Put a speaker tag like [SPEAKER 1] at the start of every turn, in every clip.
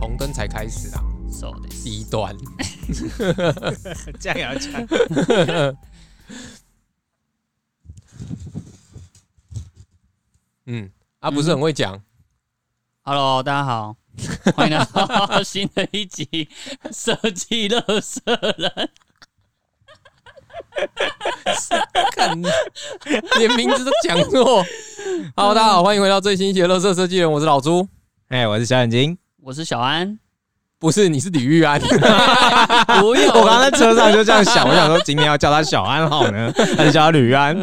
[SPEAKER 1] 红灯才开 始啊，
[SPEAKER 2] そうです。
[SPEAKER 1] 低端。
[SPEAKER 2] 这样也要讲？
[SPEAKER 1] 嗯，啊，不是很会讲，
[SPEAKER 2] Hello，大家 好，欢迎来到新的一集《设计乐色人》。嗯
[SPEAKER 1] 看你连名字都讲错。Hello，大家好，欢迎回到最新一期的《乐色设计人》，我是老朱，
[SPEAKER 3] 哎，我是小眼睛。
[SPEAKER 2] 我是小安，
[SPEAKER 1] 不是，你是李玉安。
[SPEAKER 2] 不 用，
[SPEAKER 3] 我刚刚在车上就这样想，我想说今天要叫他小安好呢，还是叫他吕安？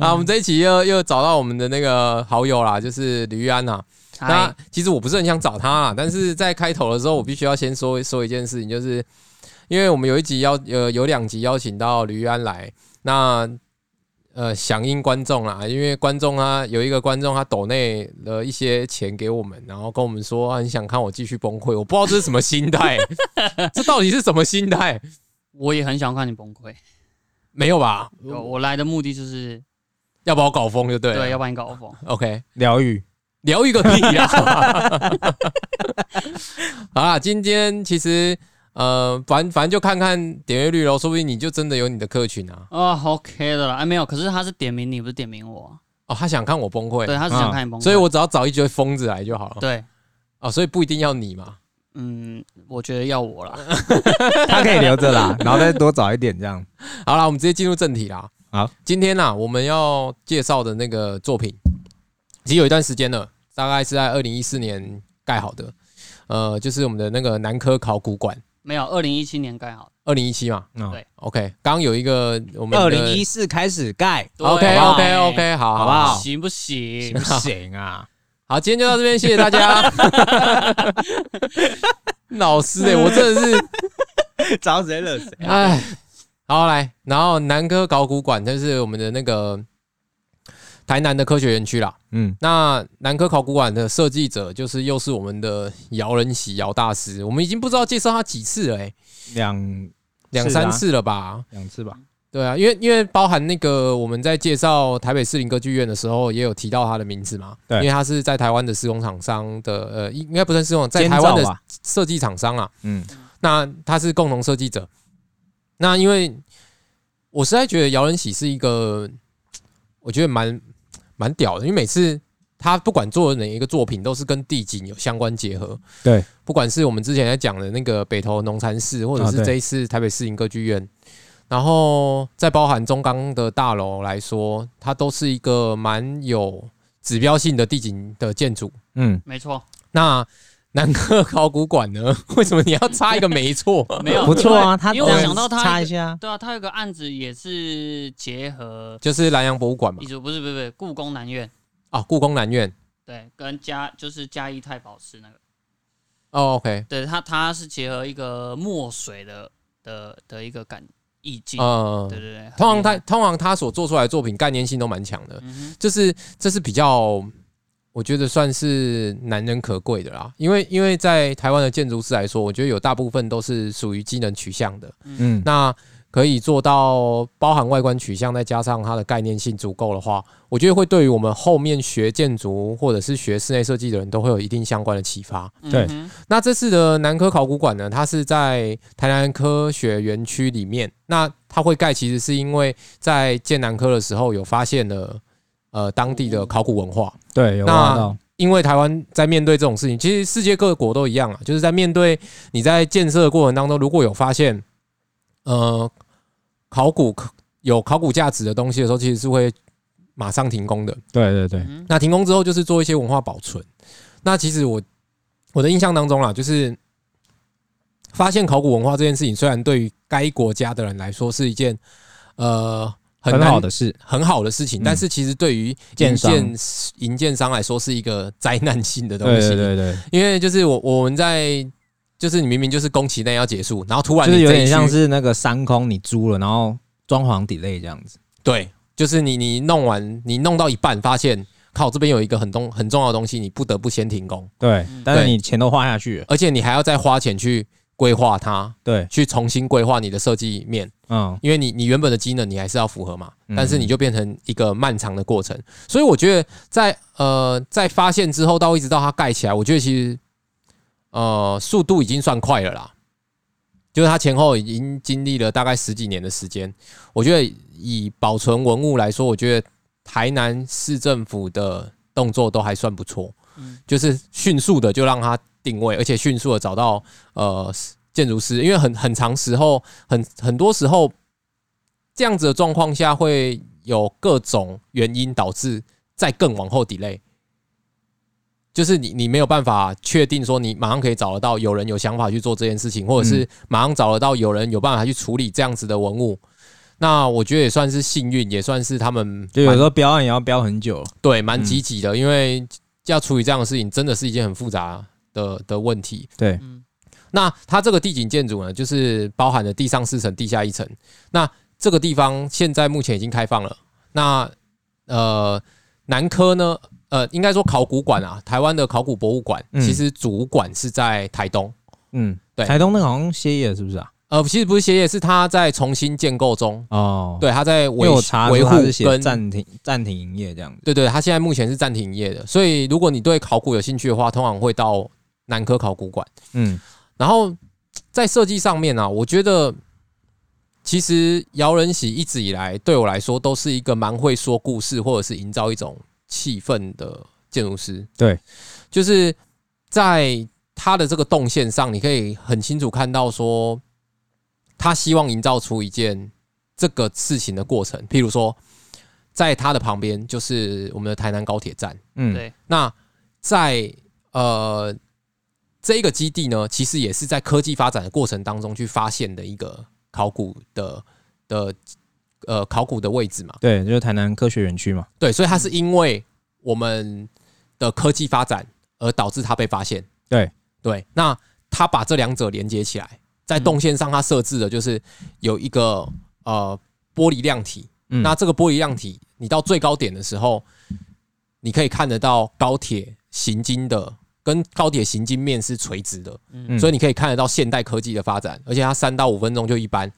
[SPEAKER 1] 啊，我们这一期又又找到我们的那个好友啦，就是李玉安啊呐、那
[SPEAKER 2] 嗨
[SPEAKER 1] 其实我不是很想找他啦，但是在开头的时候，我必须要先说说一件事情，就是因为我们有一集邀呃有两集邀请到吕安来，那呃响应观众啦，因为观众他有一个观众他抖内了一些钱给我们，然后跟我们说他很想看我继续崩溃，我不知道这是什么心态， 这到底是什么心态？
[SPEAKER 2] 我也很想看你崩溃。
[SPEAKER 1] 没有吧？
[SPEAKER 2] 有我来的目的就是
[SPEAKER 1] 要把我搞疯就对了。
[SPEAKER 2] 哦对，啊要把你搞疯。
[SPEAKER 1] OK，
[SPEAKER 3] 疗愈，
[SPEAKER 1] 疗愈个屁 啦！好啦，今天其实呃，反反正就看看点阅率咯，说不定你就真的有你的客群啊。
[SPEAKER 2] 哦，OK 的啦，哎，没有，可是他是点名你，不是点名我，
[SPEAKER 1] 哦，他想看我崩溃，
[SPEAKER 2] 对，
[SPEAKER 3] 啊
[SPEAKER 2] 嗯他是想看你崩溃，
[SPEAKER 1] 所以我只要找一堆疯子来就好了。
[SPEAKER 2] 对，
[SPEAKER 1] 哦，所以不一定要你嘛。
[SPEAKER 2] 嗯，我觉得要我啦，
[SPEAKER 3] 他可以留着啦，然后再多找一点这样。
[SPEAKER 1] 好啦，我们直接进入正题啦。
[SPEAKER 3] 好，
[SPEAKER 1] 今天呢、我们要介绍的那个作品，其实有一段时间了，大概是在二零一四年盖好的，呃，就是我们的那个南科考古馆，
[SPEAKER 2] 没有，二零一七年盖好的，
[SPEAKER 1] 二零一七嘛。
[SPEAKER 3] 嗯
[SPEAKER 2] 对，
[SPEAKER 1] OK，刚刚有一个我们的
[SPEAKER 3] 二零一四开始盖，
[SPEAKER 2] 对
[SPEAKER 1] OK OK OK，好
[SPEAKER 3] 好不好
[SPEAKER 2] 行不行
[SPEAKER 3] 行？ 不行啊？
[SPEAKER 1] 好，今天就到这边，谢谢大家。 老师哎、我真的 是
[SPEAKER 3] 找谁惹谁？
[SPEAKER 1] 哎，好来，然后南科考古馆，这是我们的那个台南的科学园区啦。
[SPEAKER 3] 嗯，
[SPEAKER 1] 那南科考古馆的设计者就是又是我们的姚仁喜姚大师，我们已经不知道介绍他几次了、欸，
[SPEAKER 3] 两
[SPEAKER 1] 两
[SPEAKER 3] 是啊
[SPEAKER 1] 三次了吧？
[SPEAKER 3] 两次吧。
[SPEAKER 1] 对啊，因为因为包含那个我们在介绍台北市林歌剧院的时候，也有提到他的名字嘛。
[SPEAKER 3] 对
[SPEAKER 1] 因为他是在台湾的施工厂商的，呃，应应该不算施工，在台湾
[SPEAKER 3] 监造
[SPEAKER 1] 的
[SPEAKER 3] 吧，
[SPEAKER 1] 设计厂商啊。
[SPEAKER 3] 嗯，
[SPEAKER 1] 那他是共同设计者。那因为我实在觉得姚仁喜是一个，我觉得蛮蛮屌的，因为每次他不管做哪一个作品，都是跟地景有相关结合。
[SPEAKER 3] 对，
[SPEAKER 1] 不管是我们之前在讲的那个北投农禅寺，或者
[SPEAKER 3] 啊
[SPEAKER 1] 是
[SPEAKER 3] 对
[SPEAKER 1] 这一次台北市营歌剧院，然后再包含中钢的大楼来说，它都是一个蛮有指标性的地景的建筑。
[SPEAKER 3] 嗯，
[SPEAKER 2] 没错，
[SPEAKER 1] 那南科考古馆呢？为什么你要插一个没错？
[SPEAKER 2] 没有
[SPEAKER 3] 不错啊。他
[SPEAKER 2] 因为
[SPEAKER 3] 这样
[SPEAKER 2] 我想到他
[SPEAKER 3] 插一下，
[SPEAKER 2] 对啊，他有个案子也是结合
[SPEAKER 1] 就是南洋博物馆嘛
[SPEAKER 2] 艺，术，不是不是不是故宫南院，
[SPEAKER 1] 啊，故宫南院。
[SPEAKER 2] 对，跟嘉就是嘉义太保寺那个，
[SPEAKER 1] 哦，OK，
[SPEAKER 2] 对他他是结合一个墨水的的的一个感意境，
[SPEAKER 1] 嗯
[SPEAKER 2] 对，对对，
[SPEAKER 1] 通常
[SPEAKER 2] 很厉
[SPEAKER 1] 他
[SPEAKER 2] 害
[SPEAKER 1] 通常他所做出来的作品概念性都蛮强的，
[SPEAKER 2] 嗯哼
[SPEAKER 1] 就是这是比较，我觉得算是难能可贵的啦。因为因为在台湾的建筑师来说，我觉得有大部分都是属于机能取向的，
[SPEAKER 3] 嗯，
[SPEAKER 1] 那可以做到包含外观取向，再加上它的概念性足够的话，我觉得会对于我们后面学建筑或者是学室内设计的人都会有一定相关的启发。
[SPEAKER 3] 对
[SPEAKER 2] 嗯哼
[SPEAKER 1] 那这次的南科考古馆呢，它是在台南科学园区里面。那它会盖，其实是因为在建南科的时候有发现了呃当地的考古文化。
[SPEAKER 3] 对，有
[SPEAKER 1] 那
[SPEAKER 3] 挖到，
[SPEAKER 1] 因为台湾在面对这种事情，其实世界各国都一样啊，就是在面对你在建设的过程当中，如果有发现呃考古有考古价值的东西的时候，其实是会马上停工的。
[SPEAKER 3] 对对对，
[SPEAKER 2] 嗯哼
[SPEAKER 1] 那停工之后就是做一些文化保存。那其实我我的印象当中啦，就是发现考古文化这件事情，虽然对于该国家的人来说是一件呃很
[SPEAKER 3] 很
[SPEAKER 1] 难
[SPEAKER 3] 好的事，
[SPEAKER 1] 很好的事情，
[SPEAKER 3] 嗯
[SPEAKER 1] 但是其实对于
[SPEAKER 3] 建
[SPEAKER 1] 营
[SPEAKER 3] 商
[SPEAKER 1] 建营建商来说是一个灾难性的东
[SPEAKER 3] 对
[SPEAKER 1] 西。
[SPEAKER 3] 对对对，
[SPEAKER 1] 因为就是我我们在就是你明明就是工期内要结束，然后突然
[SPEAKER 3] 就
[SPEAKER 1] 你
[SPEAKER 3] 是有
[SPEAKER 1] 这一
[SPEAKER 3] 点像
[SPEAKER 1] 区
[SPEAKER 3] 是那个山空，你租了，然后装潢 delay 这样子。
[SPEAKER 1] 对，就是你你弄完你弄到一半，发现靠这边有一个很东很重要的东西，你不得不先停工。
[SPEAKER 3] 对
[SPEAKER 2] 嗯
[SPEAKER 3] 但是
[SPEAKER 1] 对
[SPEAKER 3] 你钱都花下去了。
[SPEAKER 1] 而且你还要再花钱去规划它，
[SPEAKER 3] 对，
[SPEAKER 1] 去重新规划你的设计面，
[SPEAKER 3] 嗯，
[SPEAKER 1] 因为你你原本的机能你还是要符合嘛，
[SPEAKER 3] 嗯
[SPEAKER 1] 但是你就变成一个漫长的过程。所以我觉得在呃在发现之后到一直到它盖起来，我觉得其实。呃速度已经算快了啦，就是它前后已经经历了大概十几年的时间。我觉得以保存文物来说，我觉得台南市政府的动作都还算不错，
[SPEAKER 2] 嗯
[SPEAKER 1] 就是迅速的就让它定位，而且迅速的找到呃建筑师，因为很很长时候，很很多时候这样子的状况下会有各种原因导致再更往后 delay。就是你，你没有办法确定说你马上可以找得到有人有想法去做这件事情，或者是
[SPEAKER 3] 嗯
[SPEAKER 1] 马上找得到有人有办法去处理这样子的文物。那我觉得也算是幸运，也算是他们
[SPEAKER 3] 就有
[SPEAKER 1] 蛮
[SPEAKER 3] 时候标案也要标很久，
[SPEAKER 1] 对，蛮
[SPEAKER 3] 嗯
[SPEAKER 1] 积极的，因为要处理这样的事情，真的是一件很复杂的的问题。
[SPEAKER 3] 对，
[SPEAKER 2] 嗯
[SPEAKER 1] 那它这个地景建筑呢，就是包含了地上四层、地下一层。那这个地方现在目前已经开放了。那呃，南科呢，呃，应该说考古馆啊，台湾的考古博物馆，
[SPEAKER 3] 嗯
[SPEAKER 1] 其实主管是在台东。
[SPEAKER 3] 嗯，
[SPEAKER 1] 对
[SPEAKER 3] 台东那个好像歇业是不是啊？
[SPEAKER 1] 呃，其实不是歇业，是它在重新建构中。
[SPEAKER 3] 哦，，
[SPEAKER 1] 对，它在
[SPEAKER 3] 因
[SPEAKER 1] 维
[SPEAKER 3] 为我查
[SPEAKER 1] 维
[SPEAKER 3] 维
[SPEAKER 1] 护
[SPEAKER 3] 护是写
[SPEAKER 1] 跟
[SPEAKER 3] 暂停暂停营业这样子，
[SPEAKER 1] 对对，它现在目前是暂停营业的，所以如果你对考古有兴趣的话，通常会到南科考古馆。
[SPEAKER 3] 嗯，
[SPEAKER 1] 然后在设计上面啊，我觉得其实姚仁喜一直以来对我来说都是一个蛮会说故事，或者是营造一种气氛的建筑师。
[SPEAKER 3] 对，
[SPEAKER 1] 就是在他的这个动线上，你可以很清楚看到说，他希望营造出一件这个事情的过程。譬如说，在他的旁边就是我们的台南高铁站。
[SPEAKER 3] 嗯，
[SPEAKER 2] 对，
[SPEAKER 1] 那在呃这一个基地呢，其实也是在科技发展的过程当中去发现的一个考古的的呃考古的位置嘛。
[SPEAKER 3] 对，就是台南科学园区嘛，
[SPEAKER 1] 对，所以它是因为我们的科技发展而导致它被发现。
[SPEAKER 3] 对
[SPEAKER 1] 对，那它把这两者连接起来，在动线上它设置的就是有一个呃玻璃量体，
[SPEAKER 3] 嗯
[SPEAKER 1] 那这个玻璃量体，你到最高点的时候，你可以看得到高铁行经的跟高铁行经面是垂直的，
[SPEAKER 2] 嗯
[SPEAKER 1] 所以你可以看得到现代科技的发展，而且它三到五分钟就一班。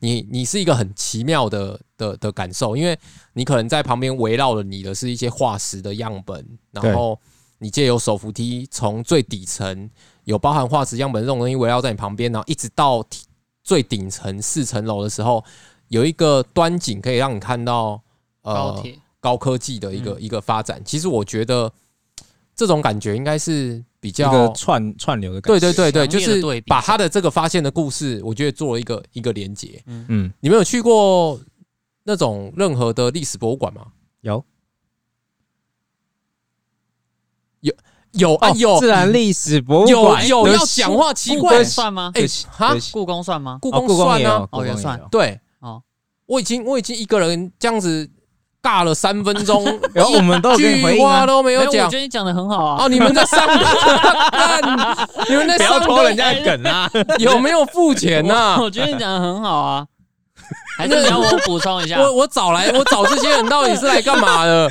[SPEAKER 1] 你你是一个很奇妙的的的感受，因为你可能在旁边围绕了你的是一些化石的样本，然后你借由手扶梯从最底层有包含化石样本这种东西围绕在你旁边，然后一直到梯最顶层四层楼的时候，有一个端景可以让你看到呃
[SPEAKER 2] 高铁嗯
[SPEAKER 1] 高科技的一个、一个发展。其实我觉得这种感觉应该是比
[SPEAKER 3] 一
[SPEAKER 1] 较
[SPEAKER 3] 个串串流的感
[SPEAKER 1] 对
[SPEAKER 3] 觉，
[SPEAKER 1] 对对对，
[SPEAKER 2] 强烈
[SPEAKER 1] 就
[SPEAKER 2] 的
[SPEAKER 1] 是
[SPEAKER 2] 对比
[SPEAKER 1] 把他的这个发现的故事，我觉得做了一个一个连接。
[SPEAKER 3] 嗯，
[SPEAKER 1] 你们有去过那种任何的历史博物馆吗？
[SPEAKER 3] 有
[SPEAKER 1] 有啊，
[SPEAKER 3] 哦
[SPEAKER 1] 有
[SPEAKER 3] 自然历史博物
[SPEAKER 1] 有
[SPEAKER 3] 馆
[SPEAKER 1] 有
[SPEAKER 3] 对
[SPEAKER 1] 要
[SPEAKER 3] 不起
[SPEAKER 1] 讲话，奇
[SPEAKER 2] 故
[SPEAKER 1] 怪
[SPEAKER 2] 宫，算吗？
[SPEAKER 1] 哎
[SPEAKER 3] 对不起
[SPEAKER 1] 哈
[SPEAKER 3] 对不起
[SPEAKER 2] 故宫算吗？
[SPEAKER 1] 故
[SPEAKER 3] 哦
[SPEAKER 1] 宫算
[SPEAKER 3] 也有
[SPEAKER 1] 啊，
[SPEAKER 3] 故宫
[SPEAKER 2] 也
[SPEAKER 3] 也
[SPEAKER 2] 算
[SPEAKER 3] 有
[SPEAKER 1] 对
[SPEAKER 2] 哦，
[SPEAKER 1] 我已经我已经一个人这样子尬了三分钟，
[SPEAKER 3] 然后我们都有给
[SPEAKER 1] 一
[SPEAKER 3] 你回
[SPEAKER 1] 句
[SPEAKER 3] 应
[SPEAKER 1] 话
[SPEAKER 3] 啊，
[SPEAKER 1] 都没
[SPEAKER 2] 没
[SPEAKER 1] 有
[SPEAKER 2] 我
[SPEAKER 1] 讲
[SPEAKER 2] 觉。得你讲的很好啊。
[SPEAKER 1] 哦，你们在上 干，你们在
[SPEAKER 3] 不要
[SPEAKER 1] 上
[SPEAKER 3] 拖人家的梗啊，
[SPEAKER 1] 有没有付钱啊呐？
[SPEAKER 2] 哎 我我觉得你讲的很好 啊。还是你要我补充一下，
[SPEAKER 1] 我我找来我找这些人到底是来干嘛 的？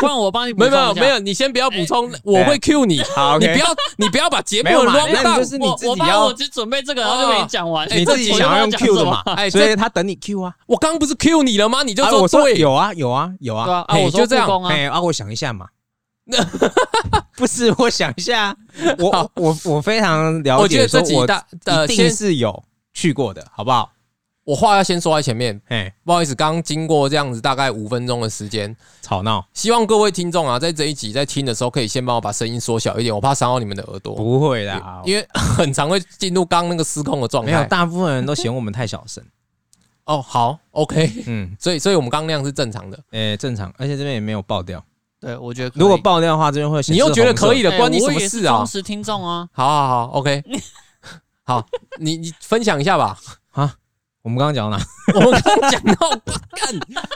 [SPEAKER 2] 不然我帮你补
[SPEAKER 1] 没
[SPEAKER 2] 充
[SPEAKER 1] 有
[SPEAKER 2] 一下
[SPEAKER 1] 没有没有，你先不要补充，我会 Q 你。
[SPEAKER 3] 哎 好
[SPEAKER 1] 你
[SPEAKER 3] ，OK，
[SPEAKER 1] 不要，你不要把节目
[SPEAKER 3] 没有嘛
[SPEAKER 1] 乱
[SPEAKER 3] 那你
[SPEAKER 1] 到。
[SPEAKER 3] 就是你
[SPEAKER 2] 我
[SPEAKER 3] 自
[SPEAKER 2] 我
[SPEAKER 3] 己
[SPEAKER 2] 怕
[SPEAKER 3] 要
[SPEAKER 2] 我只准备这个，然后就没讲完。
[SPEAKER 1] 哎
[SPEAKER 3] 你自己想要用 Q 的嘛，
[SPEAKER 1] 哎，
[SPEAKER 3] 所以
[SPEAKER 1] 这
[SPEAKER 3] 他等你 Q 啊，
[SPEAKER 1] 我刚不是 Q 你了吗？你就
[SPEAKER 3] 啊我
[SPEAKER 1] 说
[SPEAKER 3] 说
[SPEAKER 1] 对，
[SPEAKER 3] 有啊有啊有
[SPEAKER 2] 对
[SPEAKER 3] 啊，
[SPEAKER 2] 吧？啊，
[SPEAKER 1] 哎
[SPEAKER 2] 我说
[SPEAKER 1] 就这样
[SPEAKER 2] 故宫啊，
[SPEAKER 3] 哎啊，我想一下嘛， 不是，我想一下，啊
[SPEAKER 1] 好
[SPEAKER 3] 我我我非常了
[SPEAKER 1] 我觉
[SPEAKER 3] 解，
[SPEAKER 1] 得
[SPEAKER 3] 说
[SPEAKER 1] 这集
[SPEAKER 3] 我
[SPEAKER 1] 大的
[SPEAKER 3] 一定
[SPEAKER 1] 先，
[SPEAKER 3] 是有去过的，好不好？
[SPEAKER 1] 我话要先说在前面，
[SPEAKER 3] 哎，
[SPEAKER 1] 不好意思，刚经过这样子大概五分钟的时间，
[SPEAKER 3] 吵闹
[SPEAKER 1] 希望各位听众啊，在这一集在听的时候，可以先帮我把声音缩小一点，我怕伤到你们的耳朵，
[SPEAKER 3] 不会啦，
[SPEAKER 1] 因为很常会进入刚那个失控的状
[SPEAKER 3] 没有，
[SPEAKER 1] 态。
[SPEAKER 3] 大部分人都嫌我们太小 声。
[SPEAKER 1] 哦，好，OK，
[SPEAKER 3] 嗯，
[SPEAKER 1] 所以所以我们刚那样是正常的，
[SPEAKER 3] 哎，正常，而且这边也没有爆掉。
[SPEAKER 2] 对，我觉得可以
[SPEAKER 3] 如果爆掉的话，这边会显
[SPEAKER 1] 你
[SPEAKER 3] 示
[SPEAKER 1] 又觉得
[SPEAKER 3] 红色
[SPEAKER 1] 可以了，
[SPEAKER 2] 哎
[SPEAKER 1] 关你
[SPEAKER 2] 我
[SPEAKER 1] 什么
[SPEAKER 2] 也是
[SPEAKER 1] 事啊
[SPEAKER 2] 忠？实听众啊，
[SPEAKER 1] 好好好，OK，好，你你分享一下 吧。
[SPEAKER 3] 啊？我们刚刚 讲到哪？
[SPEAKER 1] 我们刚刚讲到干。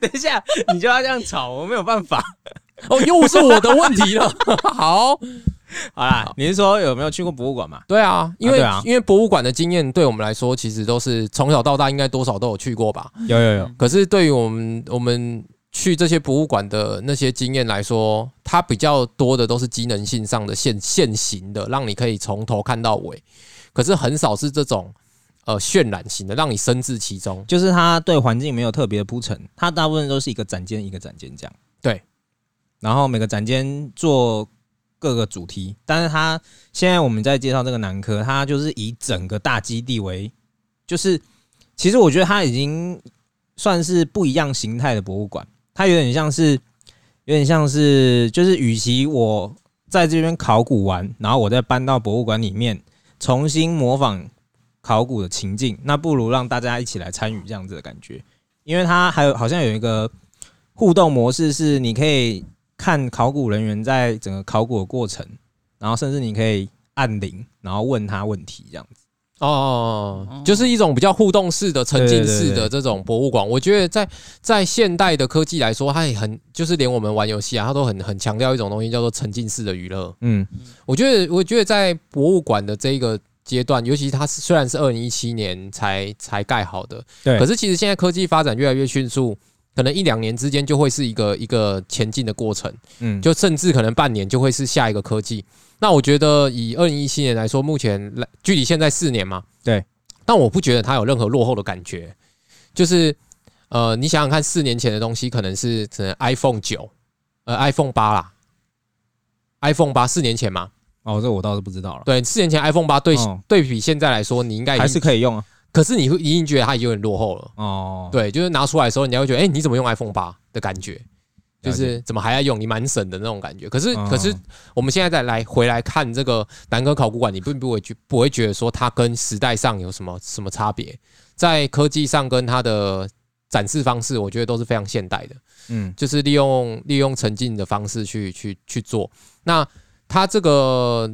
[SPEAKER 3] 等一下，你就要这样吵，我没有办法。
[SPEAKER 1] 哦，又是我的问题了。 好，
[SPEAKER 3] 好啦，你是说有没有去过博 物馆嘛？
[SPEAKER 1] 对啊，因为、
[SPEAKER 3] 对啊
[SPEAKER 1] 因为博物馆的经验对我们来说，其实都是从小到大应该多少都有去过吧。
[SPEAKER 3] 有有
[SPEAKER 2] 有
[SPEAKER 1] 可是对于我们我们去这些博物馆的那些经验来说，它比较多的都是机能性上的现现行的，让你可以从头看到尾。可是很少是这种呃渲染型的，让你深至其中。
[SPEAKER 3] 就是它对环境没有特别的铺陈，它大部分都是一个展间一个展间这样。
[SPEAKER 1] 对，
[SPEAKER 3] 然后每个展间做各个主题，但是它现在我们在介绍这个南科，它就是以整个大基地为，就是其实我觉得它已经算是不一样形态的博物馆，它有点像是有点像是就是，与其我在这边考古完，然后我再搬到博物馆里面重新模仿考古的情境，那不如让大家一起来参与这样子的感觉，因为它还有好像有一个互动模式是你可以看考古人员在整个考古的过程，然后甚至你可以按铃，然后问他问题这样子。
[SPEAKER 1] 哦，就是一种比较互动式的、沉浸式的这种博物馆。我觉得在在现代的科技来说，它也很就是连我们玩游戏啊，它都很很强调一种东西叫做沉浸式的娱乐。
[SPEAKER 3] 嗯
[SPEAKER 1] 我觉得，我觉得在博物馆的这一个阶段，尤其它是虽然是二零一七年才才盖好的，
[SPEAKER 3] 对
[SPEAKER 1] 可是其实现在科技发展越来越迅速，可能一两年之间就会是一个一个前进的过程。
[SPEAKER 3] 嗯，就
[SPEAKER 1] 就甚至可能半年就会是下一个科技。那我觉得以二零一七年来说，目前来距离现在四年嘛，
[SPEAKER 3] 对，
[SPEAKER 1] 但我不觉得它有任何落后的感觉。就是呃，你想想看，四年前的东西可能是可能 iPhone 九，呃，iPhone 八啦，iPhone 八四年前嘛，
[SPEAKER 3] 哦，这我倒是不知道了，
[SPEAKER 1] 对，四年前 iPhone 八对、
[SPEAKER 3] 哦
[SPEAKER 1] 对比现在来说，你应该已经
[SPEAKER 3] 还是，可以用啊。
[SPEAKER 1] 可是你会已经觉得它已经有点落后了。
[SPEAKER 3] 哦，
[SPEAKER 1] 对，就是拿出来的时候，人家会觉得，哎、你怎么用 iPhone 八的感觉，就
[SPEAKER 3] 了解
[SPEAKER 1] 是怎么还要用，你蛮省的那种感觉。可是，
[SPEAKER 3] 嗯
[SPEAKER 1] 可是我们现在再来回来看这个南哥考古馆，你并不会觉不会觉得说它跟时代上有什么什么差别，在科技上跟它的展示方式，我觉得都是非常现代的。
[SPEAKER 3] 嗯，
[SPEAKER 1] 就是利用利用沉浸的方式去去去做。那它这个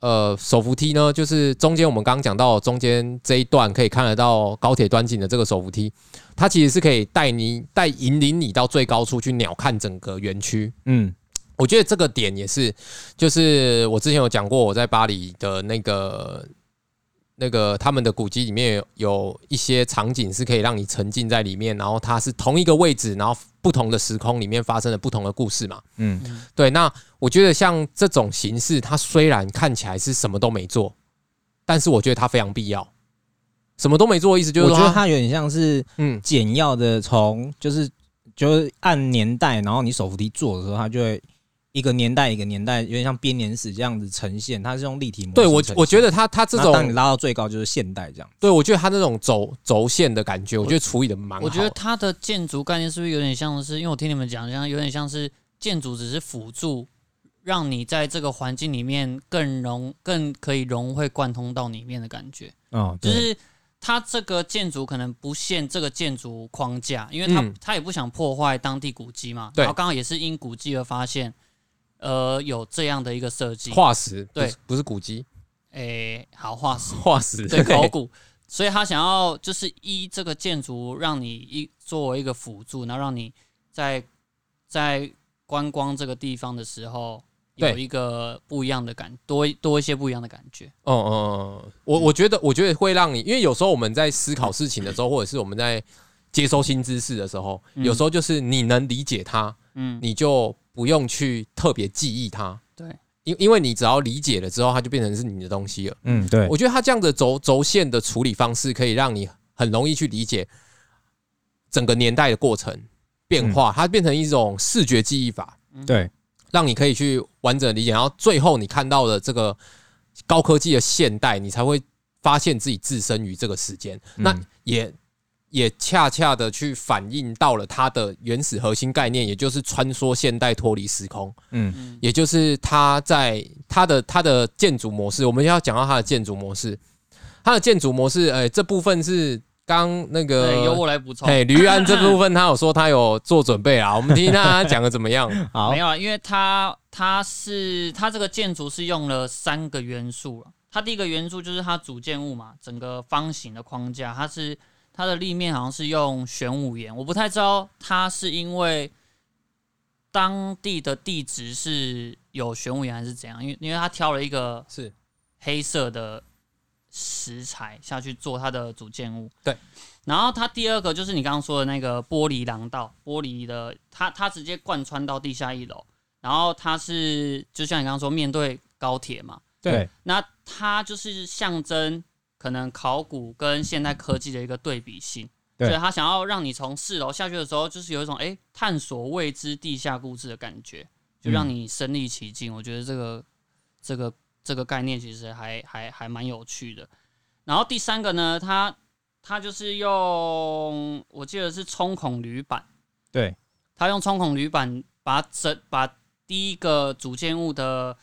[SPEAKER 1] 呃手扶梯呢，就是中间我们刚刚讲到中间这一段可以看得到高铁端景的这个手扶梯，它其实是可以带你带引领你到最高处去鸟瞰整个园区。
[SPEAKER 3] 嗯，
[SPEAKER 1] 我觉得这个点也是，就是我之前有讲过，我在巴黎的那个那个他们的古迹里面有有一些场景是可以让你沉浸在里面，然后它是同一个位置，然后不同的时空里面发生了不同的故事嘛。
[SPEAKER 3] 嗯，
[SPEAKER 1] 对，那我觉得像这种形式，它虽然看起来是什么都没做，但是我觉得它非常必要。什么都没做，意思就是
[SPEAKER 3] 我
[SPEAKER 1] 说
[SPEAKER 3] 觉得
[SPEAKER 1] 它
[SPEAKER 3] 它有点像是
[SPEAKER 1] 嗯，
[SPEAKER 3] 简要的从就是就是按年代，然后你手扶梯做的时候，它就会一个年代一个年代，有点像编年史这样子呈现。它是用立体模式
[SPEAKER 1] 对我
[SPEAKER 3] 呈现
[SPEAKER 1] 我觉得它它这
[SPEAKER 3] 那
[SPEAKER 1] 种
[SPEAKER 3] 当你拉到最高就是现代这样。
[SPEAKER 1] 对我觉得它那种轴轴线的感觉，我觉得处理的蛮好
[SPEAKER 2] 我觉得
[SPEAKER 1] 的
[SPEAKER 2] 它的建筑概念是不是有点像是？因为我听你们讲，像有点像是建筑只是辅助，让你在这个环境里面更融、更可以融会贯通到里面的感觉。
[SPEAKER 3] 哦，
[SPEAKER 2] 就
[SPEAKER 3] 对
[SPEAKER 2] 是它这个建筑可能不限这个建筑框架，因为它、
[SPEAKER 1] 嗯
[SPEAKER 2] 它也不想破坏当地古迹嘛。
[SPEAKER 1] 对
[SPEAKER 2] 然后刚好也是因古迹而发现，呃，有这样的一个设计。
[SPEAKER 1] 化石，不
[SPEAKER 2] 对
[SPEAKER 1] 是不是古迹，哦
[SPEAKER 2] 诶、好化石。
[SPEAKER 1] 化石
[SPEAKER 2] 对考古，所以他想要就是依这个建筑，让你一作为一个辅助，然后让你在在观光这个地方的时候有
[SPEAKER 1] 对
[SPEAKER 2] 一个不一样的感，多一多一些不一样的感觉。
[SPEAKER 1] 嗯嗯嗯，嗯我我觉得我觉得会让你，因为有时候我们在思考事情的时候，或者是我们在接收新知识的时候，
[SPEAKER 2] 嗯
[SPEAKER 1] 有时候就是你能理解它，
[SPEAKER 2] 嗯，
[SPEAKER 1] 你就不用去特别记忆它。
[SPEAKER 2] 对，
[SPEAKER 1] 因因为你只要理解了之后，它就变成是你的东西了。
[SPEAKER 3] 嗯，对，
[SPEAKER 1] 我觉得它这样的轴轴线的处理方式，可以让你很容易去理解整个年代的过程变化，它变成一种视觉记忆法。
[SPEAKER 3] 对，
[SPEAKER 1] 让你可以去完整地理解，然后最后你看到的这个高科技的现代，你才会发现自己置身于这个时间。
[SPEAKER 3] 嗯
[SPEAKER 1] 那也也恰恰的去反映到了它的原始核心概念，也就是穿梭现代、脱离时空，
[SPEAKER 3] 嗯
[SPEAKER 1] 也就是它在它的它的建筑模式。我们要讲到它的建筑模式，它的建筑模式，哎、这部分是刚那
[SPEAKER 2] 对，由
[SPEAKER 1] 个。
[SPEAKER 2] 我来补充。
[SPEAKER 1] 哎，驴安这部分，他有说他有做准备啊，我们听听他讲的怎么样。
[SPEAKER 3] 好
[SPEAKER 2] 没，有啊，因为它它是它这个建筑是用了三个元素了。它第一个元素就是它主建物嘛，整个方形的框架，它是它的立面好像是用玄武岩，我不太知道它是因为当地的地质是有玄武岩还是怎样，因为因为它挑了一个
[SPEAKER 1] 是
[SPEAKER 2] 黑色的石材下去做它的主建物。
[SPEAKER 1] 对，
[SPEAKER 2] 然后它第二个就是你刚刚说的那个玻璃廊道，玻璃的它它直接贯穿到地下一楼，然后它是就像你刚刚说面对高铁嘛，
[SPEAKER 3] 对，
[SPEAKER 2] 那它就是象征可能考古跟现代科技的一个对比性。
[SPEAKER 3] 对
[SPEAKER 2] 所以他想要让你从四楼下去的时候，就是有一种哎、诶探索未知地下故事的感觉。就让你身临其境。我觉得这个这个这个概念其实还还还蛮有趣的。然后第三个呢，它它就是用我记得是冲孔铝板，
[SPEAKER 3] 对，
[SPEAKER 2] 它用冲孔铝板把整把第一个组件物的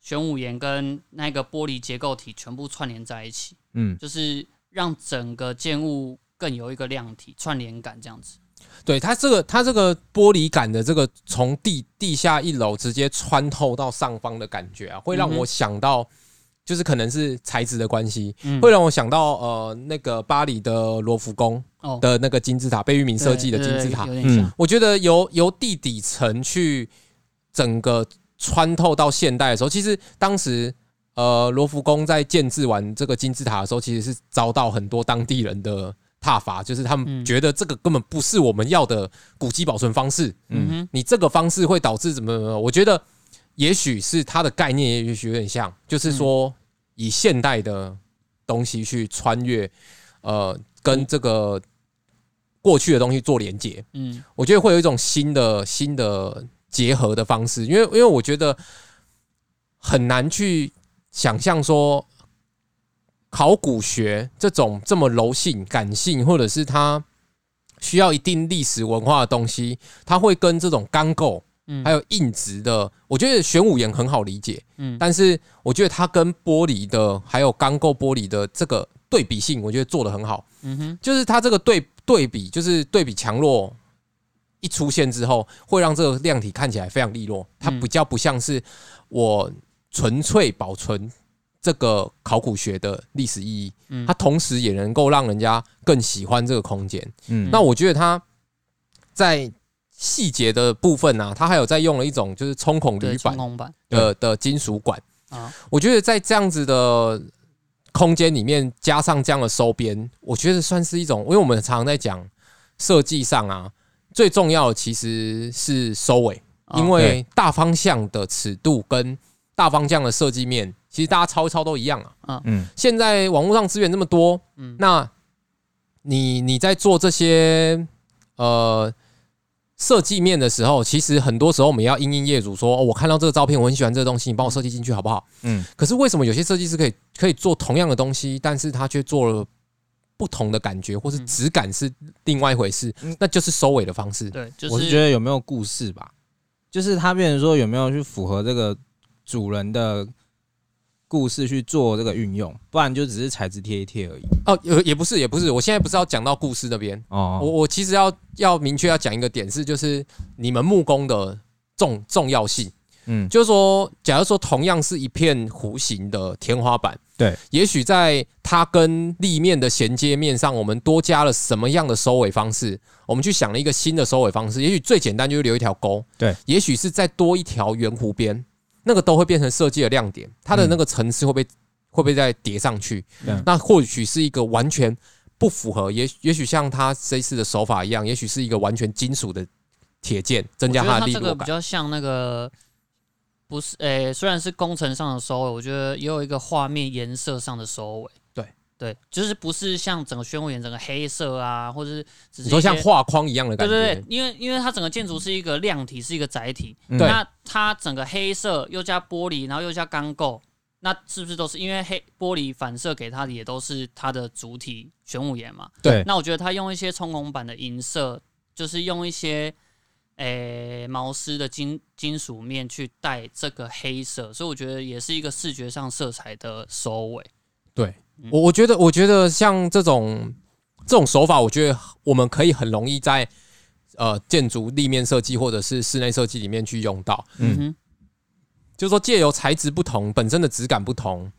[SPEAKER 2] 玄武岩跟那个玻璃结构体全部串联在一起，
[SPEAKER 3] 嗯，
[SPEAKER 2] 就是让整个建物更有一个量体串联感这样子。
[SPEAKER 1] 对它这个它这个玻璃感的这个从地地下一楼直接穿透到上方的感觉啊，会让
[SPEAKER 2] 嗯哼
[SPEAKER 1] 我想到，就是可能是材质的关系，
[SPEAKER 2] 嗯
[SPEAKER 1] 会让我想到呃那个巴黎的罗浮宫
[SPEAKER 2] 哦
[SPEAKER 1] 的那个金字塔，贝聿铭设计的
[SPEAKER 2] 对
[SPEAKER 1] 金字塔
[SPEAKER 2] 对，有点像。
[SPEAKER 1] 我觉得由由地底层去整个穿透到现代的时候，其实当时呃罗浮宫在建制完这个金字塔的时候，其实是遭到很多当地人的挞伐，就是他们
[SPEAKER 2] 嗯
[SPEAKER 1] 觉得这个根本不是我们要的古迹保存方式，
[SPEAKER 2] 嗯哼，
[SPEAKER 1] 你这个方式会导致怎么怎么样？我觉得也许是它的概念，也许有点像，就是说以现代的东西去穿越，呃，跟这个过去的东西做连接。
[SPEAKER 2] 嗯
[SPEAKER 1] 我觉得会有一种新的新的结合的方式，因为因为我觉得很难去想象说考古学这种这么柔性、感性，或者是它需要一定历史文化的东西，它会跟这种钢构
[SPEAKER 2] 嗯，
[SPEAKER 1] 还有硬质的，我觉得玄武岩很好理解，
[SPEAKER 2] 嗯
[SPEAKER 1] 但是我觉得它跟玻璃的还有钢构玻璃的这个对比性，我觉得做得很好。
[SPEAKER 2] 嗯哼，
[SPEAKER 1] 就是它这个对对比，就是对比强弱一出现之后，会让这个量体看起来非常利落，它
[SPEAKER 2] 嗯
[SPEAKER 1] 比较不像是我纯粹保存这个考古学的历史意义，
[SPEAKER 2] 嗯
[SPEAKER 1] 它同时也能够让人家更喜欢这个空间。
[SPEAKER 3] 嗯，
[SPEAKER 1] 那我觉得它在细节的部分呢、啊，它还有在用了一种就是冲孔铝
[SPEAKER 2] 对，
[SPEAKER 1] 板
[SPEAKER 2] 冲孔板
[SPEAKER 1] 的的金属管。
[SPEAKER 2] 啊，
[SPEAKER 1] 我觉得在这样子的空间里面加上这样的收边，我觉得算是一种，因为我们常常在讲设计上啊，最重要的其实是收尾，
[SPEAKER 2] 啊
[SPEAKER 1] 因为大方向的尺度跟大方向的设计面，其实大家抄一抄都一样啊。
[SPEAKER 3] 嗯
[SPEAKER 1] 现在网络上资源这么多，
[SPEAKER 2] 嗯
[SPEAKER 1] 那你你在做这些呃设计面的时候，其实很多时候我们要因应业主说、哦，我看到这个照片，我很喜欢这个东西，你帮我设计进去好不好？
[SPEAKER 3] 嗯
[SPEAKER 1] 可是为什么有些设计师可以可以做同样的东西，但是他却做了不同的感觉，或是
[SPEAKER 2] 嗯
[SPEAKER 1] 质感是另外一回事？
[SPEAKER 3] 嗯
[SPEAKER 1] 那就是收尾的方式。
[SPEAKER 2] 对，就
[SPEAKER 3] 我是觉得有没有故事吧，就是他变成说有没有去符合这个主人的故事去做这个运用，不然就只是材质贴一贴而已。
[SPEAKER 1] 哦，也也不是，也不是，我现在不是要讲到故事那边，
[SPEAKER 2] 嗯
[SPEAKER 1] 我
[SPEAKER 3] 哦，
[SPEAKER 1] 我其实要要明确要讲一个点是，就是你们木工的重重要性。
[SPEAKER 3] 嗯
[SPEAKER 1] 就是说，假如说同样是一片弧形的天花板，
[SPEAKER 3] 对，
[SPEAKER 1] 也许在它跟立面的衔接面上，我们多加了什么样的收尾方式？我们去想了一个新的收尾方式，也许最简单就是留一条沟，
[SPEAKER 3] 对，
[SPEAKER 1] 也许是再多一条圆弧边，那个都会变成设计的亮点，它的那个层次会被、会被再叠上去
[SPEAKER 3] 对，
[SPEAKER 1] 那或许是一个完全不符合，也也许像它这一次的手法一样，也许是一个完全金属的铁件，增加
[SPEAKER 2] 我觉
[SPEAKER 1] 它
[SPEAKER 2] 得
[SPEAKER 1] 的利
[SPEAKER 2] 这
[SPEAKER 1] 落
[SPEAKER 2] 个比
[SPEAKER 1] 感。
[SPEAKER 2] 较像那个，不是，诶、虽然是工程上的收尾，我觉得也有一个画面颜色上的收尾。
[SPEAKER 1] 对
[SPEAKER 2] 对，就是不是像整个宣武园整个黑色啊，或者是只是
[SPEAKER 1] 你说
[SPEAKER 2] 一些
[SPEAKER 1] 像画框一样的
[SPEAKER 2] 对
[SPEAKER 1] 感觉，
[SPEAKER 2] 对对，因为因为它整个建筑是一个量体，是一个载体。
[SPEAKER 3] 嗯
[SPEAKER 1] 对
[SPEAKER 2] 那它整个黑色又加玻璃，然后又加钢构，那是不是都是因为黑玻璃反射给它的也都是它的主体玄武岩嘛？
[SPEAKER 3] 对，
[SPEAKER 2] 那我觉得它用一些冲孔板的银色，就是用一些诶、毛丝的金金属面去带这个黑色，所以我觉得也是一个视觉上色彩的收尾。
[SPEAKER 1] 对
[SPEAKER 2] 嗯
[SPEAKER 1] 我，我觉得，我觉得像这种这种手法，我觉得我们可以很容易在呃建筑立面设计或者是室内设计里面去用到。
[SPEAKER 2] 嗯
[SPEAKER 3] 嗯
[SPEAKER 2] 哼，
[SPEAKER 1] 就是说，借由材质不同、本身的质感不同，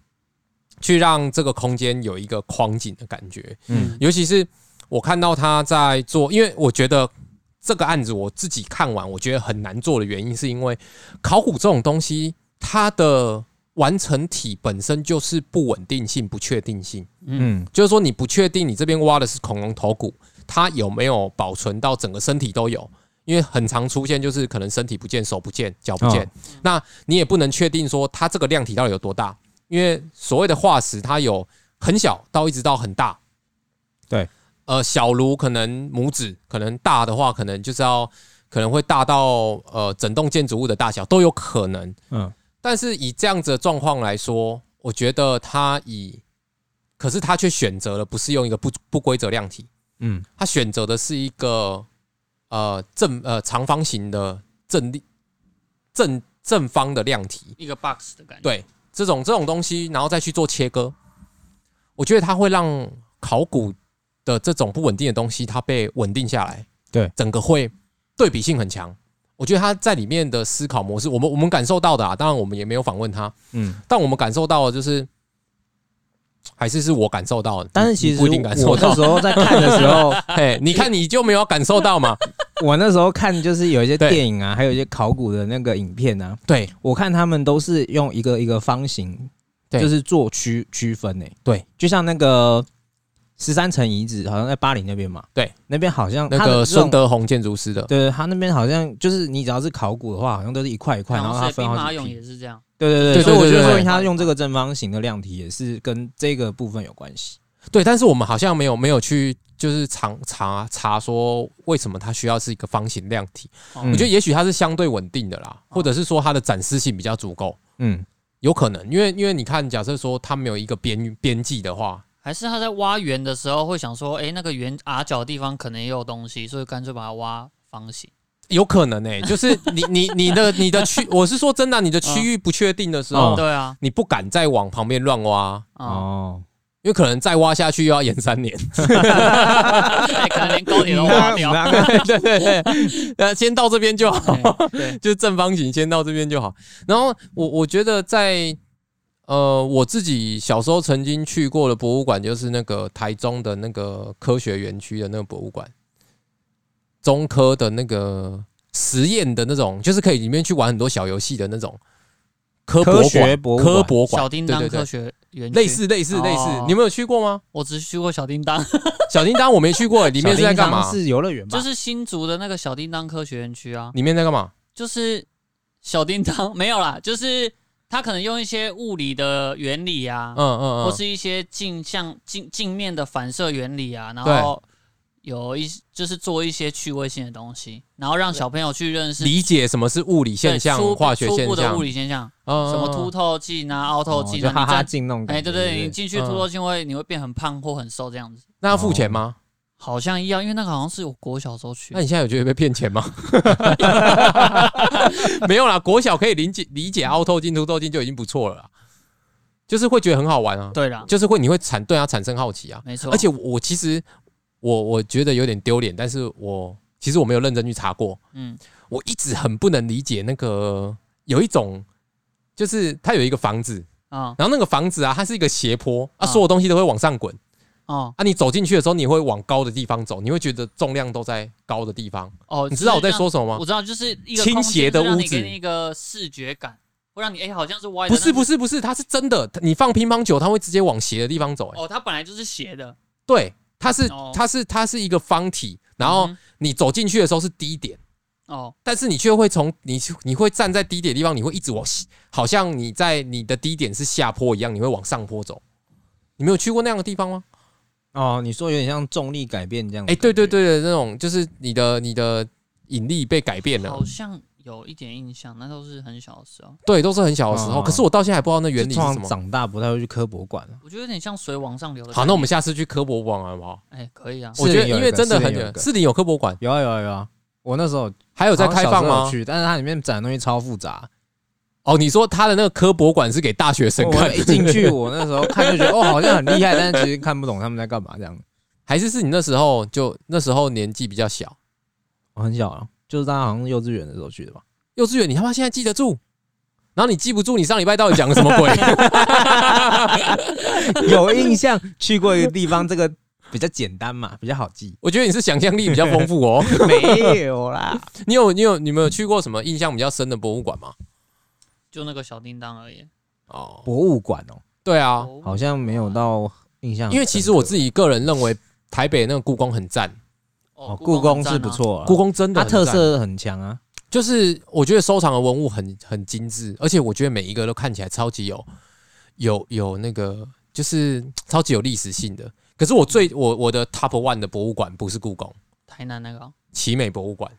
[SPEAKER 1] 去让这个空间有一个框景的感觉。
[SPEAKER 2] 嗯
[SPEAKER 3] 嗯
[SPEAKER 1] 尤其是我看到他在做，因为我觉得这个案子我自己看完，我觉得很难做的原因，是因为考古这种东西，它的完成体本身就是不稳定性、不确定性。
[SPEAKER 3] 嗯
[SPEAKER 1] 就是说你不确定你这边挖的是恐龙头骨，它有没有保存到整个身体都有，因为很常出现就是可能身体不见、手不见、脚不见，
[SPEAKER 3] 哦
[SPEAKER 1] 那你也不能确定说它这个量体到底有多大，因为所谓的化石它有很小到一直到很大，
[SPEAKER 3] 对，
[SPEAKER 1] 呃，小如可能拇指，可能大的话可能就是要可能会大到呃整栋建筑物的大小都有可能。
[SPEAKER 3] 嗯，
[SPEAKER 1] 但是以这样子的状况来说，我觉得他以，可是他却选择了不是用一个不不规则量体，
[SPEAKER 3] 嗯，
[SPEAKER 1] 他选择的是一个呃正呃长方形的正立正正方的量体。
[SPEAKER 2] 一个 box 的感觉。
[SPEAKER 1] 对，这种这种东西，然后再去做切割，我觉得它会让考古的这种不稳定的东西，它被稳定下来。
[SPEAKER 3] 对，
[SPEAKER 1] 整个会对比性很强。我觉得他在里面的思考模式，我们我们感受到的啊，当然我们也没有访问他，
[SPEAKER 3] 嗯，
[SPEAKER 1] 但我们感受到的就是，还是是我感受到的，
[SPEAKER 3] 但是
[SPEAKER 1] 你
[SPEAKER 3] 其
[SPEAKER 1] 你
[SPEAKER 3] 实
[SPEAKER 1] 不一定感受
[SPEAKER 3] 我那
[SPEAKER 1] 到。
[SPEAKER 3] 时候在看的时候，
[SPEAKER 1] 嘿，你看你就没有感受到 嘛？
[SPEAKER 3] 我那时候看就是有一些
[SPEAKER 1] 对
[SPEAKER 3] 电影啊，还有一些考古的那个影片啊，
[SPEAKER 1] 对
[SPEAKER 3] 我看他们都是用一个一个方形，
[SPEAKER 1] 对
[SPEAKER 3] 就是做区区分诶、
[SPEAKER 1] 对，
[SPEAKER 3] 就像那个十三层遗址，好像在巴黎那边嘛，
[SPEAKER 1] 对，
[SPEAKER 3] 那边好像
[SPEAKER 1] 那
[SPEAKER 3] 它的
[SPEAKER 1] 个
[SPEAKER 3] 这种
[SPEAKER 1] 孙，德宏建筑师的，
[SPEAKER 3] 对，他那边好像就是你只要是考古的话，好像都是一块一块，然
[SPEAKER 2] 然
[SPEAKER 3] 后
[SPEAKER 2] 后
[SPEAKER 3] 它
[SPEAKER 2] 是兵
[SPEAKER 3] 分
[SPEAKER 2] 马
[SPEAKER 3] 好几
[SPEAKER 2] 俑
[SPEAKER 3] 批
[SPEAKER 2] 也是这样，
[SPEAKER 3] 对对
[SPEAKER 1] 对
[SPEAKER 3] 所以我
[SPEAKER 1] 对
[SPEAKER 3] 觉
[SPEAKER 1] 对
[SPEAKER 3] 得
[SPEAKER 1] 对
[SPEAKER 3] 说明他用这个正方形的量体也是跟这个部分有关系。
[SPEAKER 1] 对，但是我们好像没有没有去就是查查查说为什么它需要是一个方形量体。
[SPEAKER 2] 哦
[SPEAKER 3] 嗯
[SPEAKER 1] 我觉得也许它是相对稳定的啦，
[SPEAKER 3] 哦
[SPEAKER 1] 或者是说它的展示性比较足够，
[SPEAKER 3] 嗯，
[SPEAKER 1] 有可能，因为因为你看，假设说它没有一个边边际的话，
[SPEAKER 2] 还是他在挖圆的时候会想说，哎、那个圆 R 角的地方可能也有东西，所以干脆把它挖方形。
[SPEAKER 1] 有可能诶、就是你你你的你的 区，我是说真的啊、你的区域不确定的时候，
[SPEAKER 3] 哦
[SPEAKER 2] 对啊，
[SPEAKER 1] 你不敢再往旁边乱挖，
[SPEAKER 2] 啊、
[SPEAKER 3] 哦，
[SPEAKER 1] 因为可能再挖下去又要延三年。
[SPEAKER 2] 哎可能连高点都挖掉。
[SPEAKER 1] 对对对对，呃，先到这边就 好。
[SPEAKER 2] 哎对，
[SPEAKER 1] 就正方形先到这边就好。然后我我觉得在呃我自己小时候曾经去过的博物馆，就是那个台中的那个科学园区的那个博物馆，中科的那个实验的那种，就是可以里面去玩很多小游戏的那种科博
[SPEAKER 3] 科学
[SPEAKER 1] 馆、
[SPEAKER 3] 博物
[SPEAKER 1] 科
[SPEAKER 3] 馆
[SPEAKER 1] 博
[SPEAKER 2] 小
[SPEAKER 1] 馆，
[SPEAKER 2] 叮当
[SPEAKER 1] 对对对
[SPEAKER 2] 科学园区
[SPEAKER 1] 类，似类似类似
[SPEAKER 2] 哦，
[SPEAKER 1] 你们有去过吗？
[SPEAKER 2] 我只去过小叮当，
[SPEAKER 1] 小叮当我没去过，里面是在干
[SPEAKER 3] 小
[SPEAKER 1] 嘛
[SPEAKER 3] 叮当？是游乐园吧？
[SPEAKER 2] 就是新竹的那个小叮当科学园区啊，
[SPEAKER 1] 里面在干嘛？
[SPEAKER 2] 就是小叮当没有啦， 就是他可能用一些物理的原理啊
[SPEAKER 1] 嗯，嗯
[SPEAKER 2] 或
[SPEAKER 1] 嗯，
[SPEAKER 2] 是一些镜像镜镜面的反射原理啊，然后有一就是做一些趣味性的东西，然后让小朋友去认识
[SPEAKER 1] 理解什么是物理现象
[SPEAKER 2] 对、初
[SPEAKER 1] 化学
[SPEAKER 2] 初
[SPEAKER 1] 现
[SPEAKER 2] 步的
[SPEAKER 1] 象嗯哦
[SPEAKER 2] 物，理现象，
[SPEAKER 1] 什
[SPEAKER 2] 什么凸透镜啊、凹透
[SPEAKER 3] 哦
[SPEAKER 2] 镜
[SPEAKER 3] 就
[SPEAKER 2] 啊，
[SPEAKER 3] 哈哈
[SPEAKER 2] 你在
[SPEAKER 3] 镜那种感
[SPEAKER 2] 哎，
[SPEAKER 3] 觉。
[SPEAKER 2] 对对，你进去
[SPEAKER 1] 嗯
[SPEAKER 2] 凸透镜会你会变很胖或很瘦这样子，
[SPEAKER 1] 那要付钱
[SPEAKER 2] 哦
[SPEAKER 1] 吗？
[SPEAKER 2] 好像一样，因为那个好像是我国小时候去
[SPEAKER 1] 那，你现在有觉得被骗钱吗？ 没有啦，国小可以理解理解凹透镜、凸透镜就已经不错了啦，就是会觉得很好玩啊，
[SPEAKER 2] 对啦，
[SPEAKER 1] 就是会你会产对它产生好奇啊。
[SPEAKER 2] 没错，
[SPEAKER 1] 而且我我其实我我觉得有点丢脸，但是我其实我没有认真去查过，
[SPEAKER 2] 嗯，
[SPEAKER 1] 我一直很不能理解那个有一种。就是它有一个房子，
[SPEAKER 2] 啊
[SPEAKER 1] 然后那个房子啊，它是一个斜坡啊，
[SPEAKER 2] 嗯
[SPEAKER 1] 所有东西都会往上滚
[SPEAKER 2] 哦
[SPEAKER 1] 啊。你走进去的时候，你会往高的地方走，你会觉得重量都在高的地方。
[SPEAKER 2] 哦，
[SPEAKER 1] 你知道我在
[SPEAKER 2] 就是
[SPEAKER 1] 说什么吗
[SPEAKER 2] 让，我？知道，就是一个
[SPEAKER 1] 倾
[SPEAKER 2] 空间
[SPEAKER 1] 斜的
[SPEAKER 2] 就是让
[SPEAKER 1] 屋
[SPEAKER 2] 你给
[SPEAKER 1] 子
[SPEAKER 2] 你一个视觉感，会让你哎好像是歪的，
[SPEAKER 1] 不是
[SPEAKER 2] 但
[SPEAKER 1] 不是不是，它是真的。它你放乒乓球，它会直接往斜的地方走、欸。
[SPEAKER 2] 哦，它本来就是斜的，
[SPEAKER 1] 对，它是
[SPEAKER 2] 哦
[SPEAKER 1] 它是它是一个方体，然后
[SPEAKER 2] 嗯
[SPEAKER 1] 你走进去的时候是低点，
[SPEAKER 2] 哦
[SPEAKER 1] 但是你却会从你你会站在低点的地方，你会一直往，好像你在你的低点是下坡一样，你会往上坡走。你没有去过那样的地方吗？
[SPEAKER 3] 哦，你说有点像重力改变这样。
[SPEAKER 1] 哎、对对，对的，那种就是你的你的引力被改变了
[SPEAKER 2] 好，像有一点印象，那都是很小的时候，
[SPEAKER 1] 对，都是很小的时候。
[SPEAKER 3] 哦
[SPEAKER 1] 可是我到现在还不知道那原理
[SPEAKER 3] 就是通
[SPEAKER 1] 什
[SPEAKER 3] 常
[SPEAKER 1] 么。
[SPEAKER 3] 长大不太会去科博馆了。
[SPEAKER 2] 我觉得有点像水往上流的。
[SPEAKER 1] 好，那我们下次去科博馆好不好？
[SPEAKER 2] 哎可以啊，
[SPEAKER 1] 我觉得
[SPEAKER 3] 士林有一
[SPEAKER 1] 因为
[SPEAKER 3] 个
[SPEAKER 1] 真的
[SPEAKER 3] 士林
[SPEAKER 1] 很
[SPEAKER 3] 有一
[SPEAKER 1] 远，
[SPEAKER 3] 个
[SPEAKER 1] 士林有科博馆，
[SPEAKER 3] 有啊有啊有啊，我那时候
[SPEAKER 1] 还有在开放
[SPEAKER 3] 好像小时候
[SPEAKER 1] 吗
[SPEAKER 3] 有？去，但是它里面展的东西超复杂。
[SPEAKER 1] 哦，你说他的那个科博馆是给大学生
[SPEAKER 3] 我哎
[SPEAKER 1] 看
[SPEAKER 3] 一进去，我那时候看就觉得哦，好像很厉害，但是其实看不懂他们在干嘛这样。
[SPEAKER 1] 还是是你那时候就那时候年纪比较小，
[SPEAKER 3] 我很小啊，就是大家好像幼稚园的时候去的吧。
[SPEAKER 1] 幼稚园你他妈现在记得住？然后你记不住你上礼拜到底讲了什么鬼？
[SPEAKER 3] 有印象去过一个地方，这个比较简单嘛，比较好记。
[SPEAKER 1] 我觉得你是想象力比较丰富哦。
[SPEAKER 3] 没有啦，
[SPEAKER 1] 你有你有你们有去过什么印象比较深的博物馆吗？
[SPEAKER 2] 就那个小叮当而已。
[SPEAKER 1] 哦，
[SPEAKER 3] 博物馆哦、
[SPEAKER 1] 对啊，
[SPEAKER 3] 好像没有到印象很深刻。
[SPEAKER 1] 因为其实我自己个人认为台北那个故宫很赞，
[SPEAKER 2] 哦
[SPEAKER 3] 哦，故
[SPEAKER 2] 很
[SPEAKER 3] 宫是
[SPEAKER 2] 赞啊
[SPEAKER 3] 不，错啊，
[SPEAKER 1] 故宫真的
[SPEAKER 3] 它
[SPEAKER 1] 很赞
[SPEAKER 3] 特色很强啊。
[SPEAKER 1] 就是我觉得收藏的文物很很精致，而且我觉得每一个都看起来超级有有有那个，就是超级有历史性的。可是我最我我的 top one 的博物馆不是故宫，
[SPEAKER 2] 台南那个哦
[SPEAKER 1] 奇美博物馆，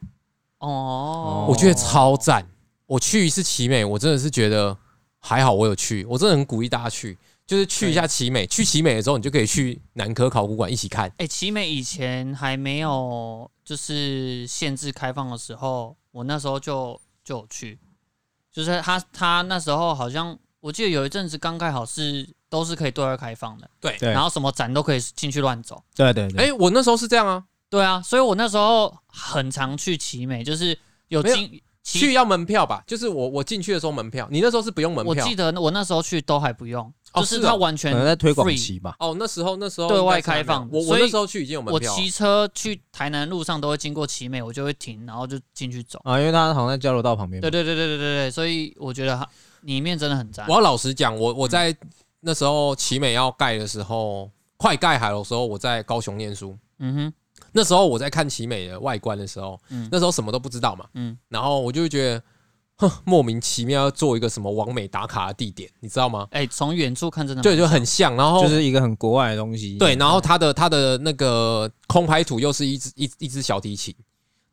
[SPEAKER 2] 哦，
[SPEAKER 1] 我觉得超赞。我去一次奇美，我真的是觉得还好，我有去，我真的很鼓励大家去，就是去一下奇美。去奇美的时候，你就可以去南科考古馆一起看。
[SPEAKER 2] 哎、奇美以前还没有就是限制开放的时候，我那时候就就有去，就是他他那时候好像我记得有一阵子刚开好是都是可以对外开放的，
[SPEAKER 1] 对
[SPEAKER 3] 对
[SPEAKER 2] 然后什么展都可以进去乱走，
[SPEAKER 3] 对对对，
[SPEAKER 1] 哎、我那时候是这样啊，
[SPEAKER 2] 对啊，所以我那时候很常去奇美，就是有
[SPEAKER 1] 没有
[SPEAKER 2] 经奇
[SPEAKER 1] 去要门票吧？就是我我进去的时候门票，你那时候是不用门
[SPEAKER 2] 我
[SPEAKER 1] 票
[SPEAKER 2] 记。得我那时候去都还不用，
[SPEAKER 1] 哦
[SPEAKER 2] 就
[SPEAKER 1] 是
[SPEAKER 2] 是
[SPEAKER 1] 哦
[SPEAKER 2] 它完
[SPEAKER 3] 可
[SPEAKER 2] 全
[SPEAKER 3] 能在推广
[SPEAKER 2] free
[SPEAKER 3] 期吧。
[SPEAKER 1] 哦，那时候那时候
[SPEAKER 2] 对
[SPEAKER 1] 应该
[SPEAKER 2] 外
[SPEAKER 1] 是还没有
[SPEAKER 2] 开放
[SPEAKER 1] 我我
[SPEAKER 2] 所以
[SPEAKER 1] 那时候去已经有门
[SPEAKER 2] 我
[SPEAKER 1] 票了。
[SPEAKER 2] 骑车去台南路上都会经过奇美，我就会停，然后就进去走。
[SPEAKER 3] 啊，因为他好像在交流道旁边嘛。
[SPEAKER 2] 对对对对对对对，所以我觉得它里面真的很赞
[SPEAKER 1] 我。要老实讲，我我在那时候奇美要盖的时候，快盖好的时候，我在高雄念书。
[SPEAKER 2] 嗯哼，
[SPEAKER 1] 那时候我在看奇美的外观的时候，
[SPEAKER 2] 嗯
[SPEAKER 1] 那时候什么都不知道嘛，
[SPEAKER 2] 嗯
[SPEAKER 1] 然后我就会觉得，哼，莫名其妙要做一个什么完美打卡的地点，你知道吗？
[SPEAKER 2] 哎、从远处看真的
[SPEAKER 1] 对，就很像。然后
[SPEAKER 3] 就是一个很国外的东西。
[SPEAKER 1] 对，然后它的它的那个空拍图又是一只一一只小提琴，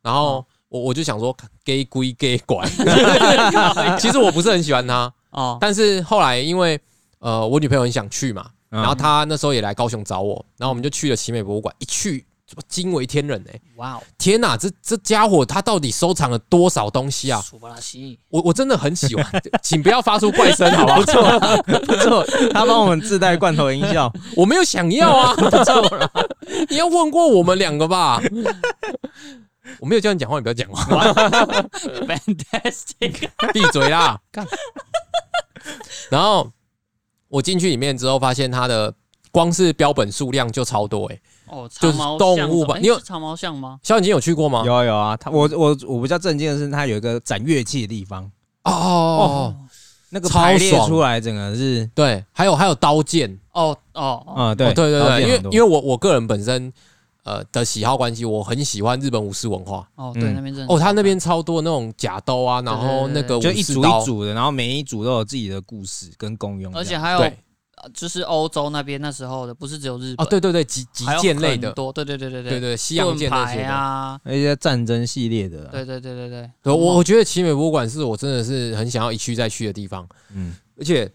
[SPEAKER 1] 然
[SPEAKER 3] 嗯
[SPEAKER 1] 后我我就想说，gay 归 gay 管， 其实我不是很喜欢它，
[SPEAKER 2] 哦，
[SPEAKER 1] 但是后来因为呃我女朋友很想去嘛，
[SPEAKER 3] 嗯
[SPEAKER 1] 然后她那时候也来高雄找我，然后我们就去了奇美博物馆，一去惊为天人哎、
[SPEAKER 2] 哇哦，
[SPEAKER 1] 天呐，这这家伙他到底收藏了多少东西啊？
[SPEAKER 2] 数不拉西，
[SPEAKER 1] 我我真的很喜欢， 请不要发出怪声，好不好？不 错，
[SPEAKER 3] 不错，他帮我们自带罐头音效。
[SPEAKER 1] 我没有想要 啊，不错了。你要问过我们两个吧？我没有叫你讲话，你不要讲 话，
[SPEAKER 2] fantastic，
[SPEAKER 1] 闭嘴啦！干然后我进去里面之后，发现它的光是标本数量就超多哎、欸。
[SPEAKER 2] 哦，
[SPEAKER 1] 就
[SPEAKER 2] 长
[SPEAKER 1] 是
[SPEAKER 2] 毛
[SPEAKER 1] 动
[SPEAKER 2] 象
[SPEAKER 1] 物
[SPEAKER 2] 什么
[SPEAKER 1] 吧
[SPEAKER 2] 哎
[SPEAKER 1] 你有
[SPEAKER 2] 是长毛象吗？
[SPEAKER 1] 小眼睛有去过吗？
[SPEAKER 3] 有啊有啊，他我我我比较震惊的是，他有一个展乐器的地方，
[SPEAKER 1] 哦哦，哦
[SPEAKER 3] 那个
[SPEAKER 1] 超
[SPEAKER 3] 排列
[SPEAKER 1] 爽
[SPEAKER 3] 出来整个是
[SPEAKER 1] 对，还有还有刀剑，
[SPEAKER 2] 哦哦哦，
[SPEAKER 3] 啊，对
[SPEAKER 1] 哦对对
[SPEAKER 3] 刀
[SPEAKER 1] 对，
[SPEAKER 3] 剑
[SPEAKER 1] 因为
[SPEAKER 3] 很多
[SPEAKER 1] 因为我我个人本身呃的喜好关系，我很喜欢日本武士文化。
[SPEAKER 2] 哦对，
[SPEAKER 3] 嗯
[SPEAKER 2] 那边真的
[SPEAKER 1] 哦，他那边超多那种假刀啊，然后那
[SPEAKER 2] 对对对
[SPEAKER 1] 个
[SPEAKER 3] 就
[SPEAKER 1] 武
[SPEAKER 3] 一
[SPEAKER 1] 士
[SPEAKER 3] 组
[SPEAKER 1] 刀
[SPEAKER 3] 一，组的，然后每一组都有自己的故事跟功用这样，
[SPEAKER 2] 而且还
[SPEAKER 1] 啊
[SPEAKER 2] 有
[SPEAKER 1] 对，
[SPEAKER 2] 呃就是欧洲那边那时候的，不是只有日
[SPEAKER 1] 哦
[SPEAKER 2] 本，
[SPEAKER 1] 对对对，击击
[SPEAKER 2] 还有
[SPEAKER 1] 剑类
[SPEAKER 2] 很
[SPEAKER 1] 的，
[SPEAKER 2] 多，对对对对
[SPEAKER 1] 对对，西洋
[SPEAKER 2] 盾
[SPEAKER 1] 剑那些
[SPEAKER 2] 牌
[SPEAKER 1] 的。
[SPEAKER 2] 啊，
[SPEAKER 3] 那些战争系列的啊啦，
[SPEAKER 2] 对对对对对，
[SPEAKER 1] 对，我我觉得奇美博物馆是我真的是很想要一去再去的地方，
[SPEAKER 3] 嗯，
[SPEAKER 1] 而且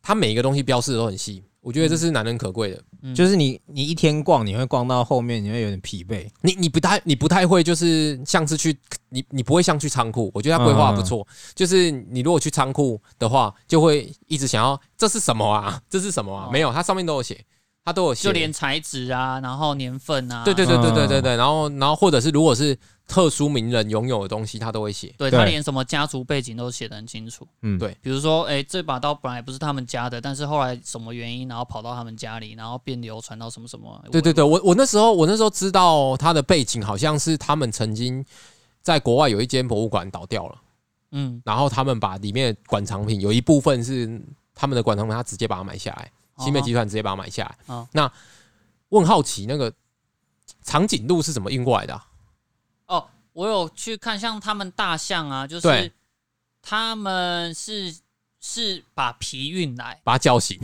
[SPEAKER 1] 它每一个东西标示的都很细，我觉得
[SPEAKER 2] 嗯
[SPEAKER 1] 这是难能可贵的。
[SPEAKER 3] 就是你你一天逛，你会逛到后面，你会有点疲惫。
[SPEAKER 1] 你你不太你不太会就是像是去你你不会像去仓库，我觉得它规
[SPEAKER 2] 嗯
[SPEAKER 1] 划得不错。就是你如果去仓库的话，就会一直想要这是什么啊，这是什么啊？
[SPEAKER 2] 哦
[SPEAKER 1] 没有，它上面都有写，它都有写，
[SPEAKER 2] 就连材质啊，然后年份啊，
[SPEAKER 1] 对对对对对对
[SPEAKER 3] 嗯
[SPEAKER 1] 对。然后然后或者是如果是特殊名人拥有的东西，它都会写。
[SPEAKER 2] 对，
[SPEAKER 3] 对
[SPEAKER 2] 他连什么家族背景都写得很清楚。
[SPEAKER 3] 嗯，
[SPEAKER 1] 对
[SPEAKER 2] 比如说，哎、这把刀本来不是他们家的，但是后来什么原因，然后跑到他们家里，然后便流传到什么什么。
[SPEAKER 1] 对对对，我我那时候我那时候知道它的背景好像是他们曾经在国外有一间博物馆倒掉了，
[SPEAKER 2] 嗯，
[SPEAKER 1] 然后他们把里面的馆藏品有一部分是他们的馆藏品，他直接把它买下来。新
[SPEAKER 3] 哦
[SPEAKER 1] 美集团直接把它买下来。
[SPEAKER 2] 哦
[SPEAKER 1] 那问好奇那个长颈鹿是怎么运过来的啊、
[SPEAKER 2] 哦哦，我有去看，像他们大象啊，就
[SPEAKER 1] 对，
[SPEAKER 2] 是他们是是把皮运来
[SPEAKER 1] 把它叫醒，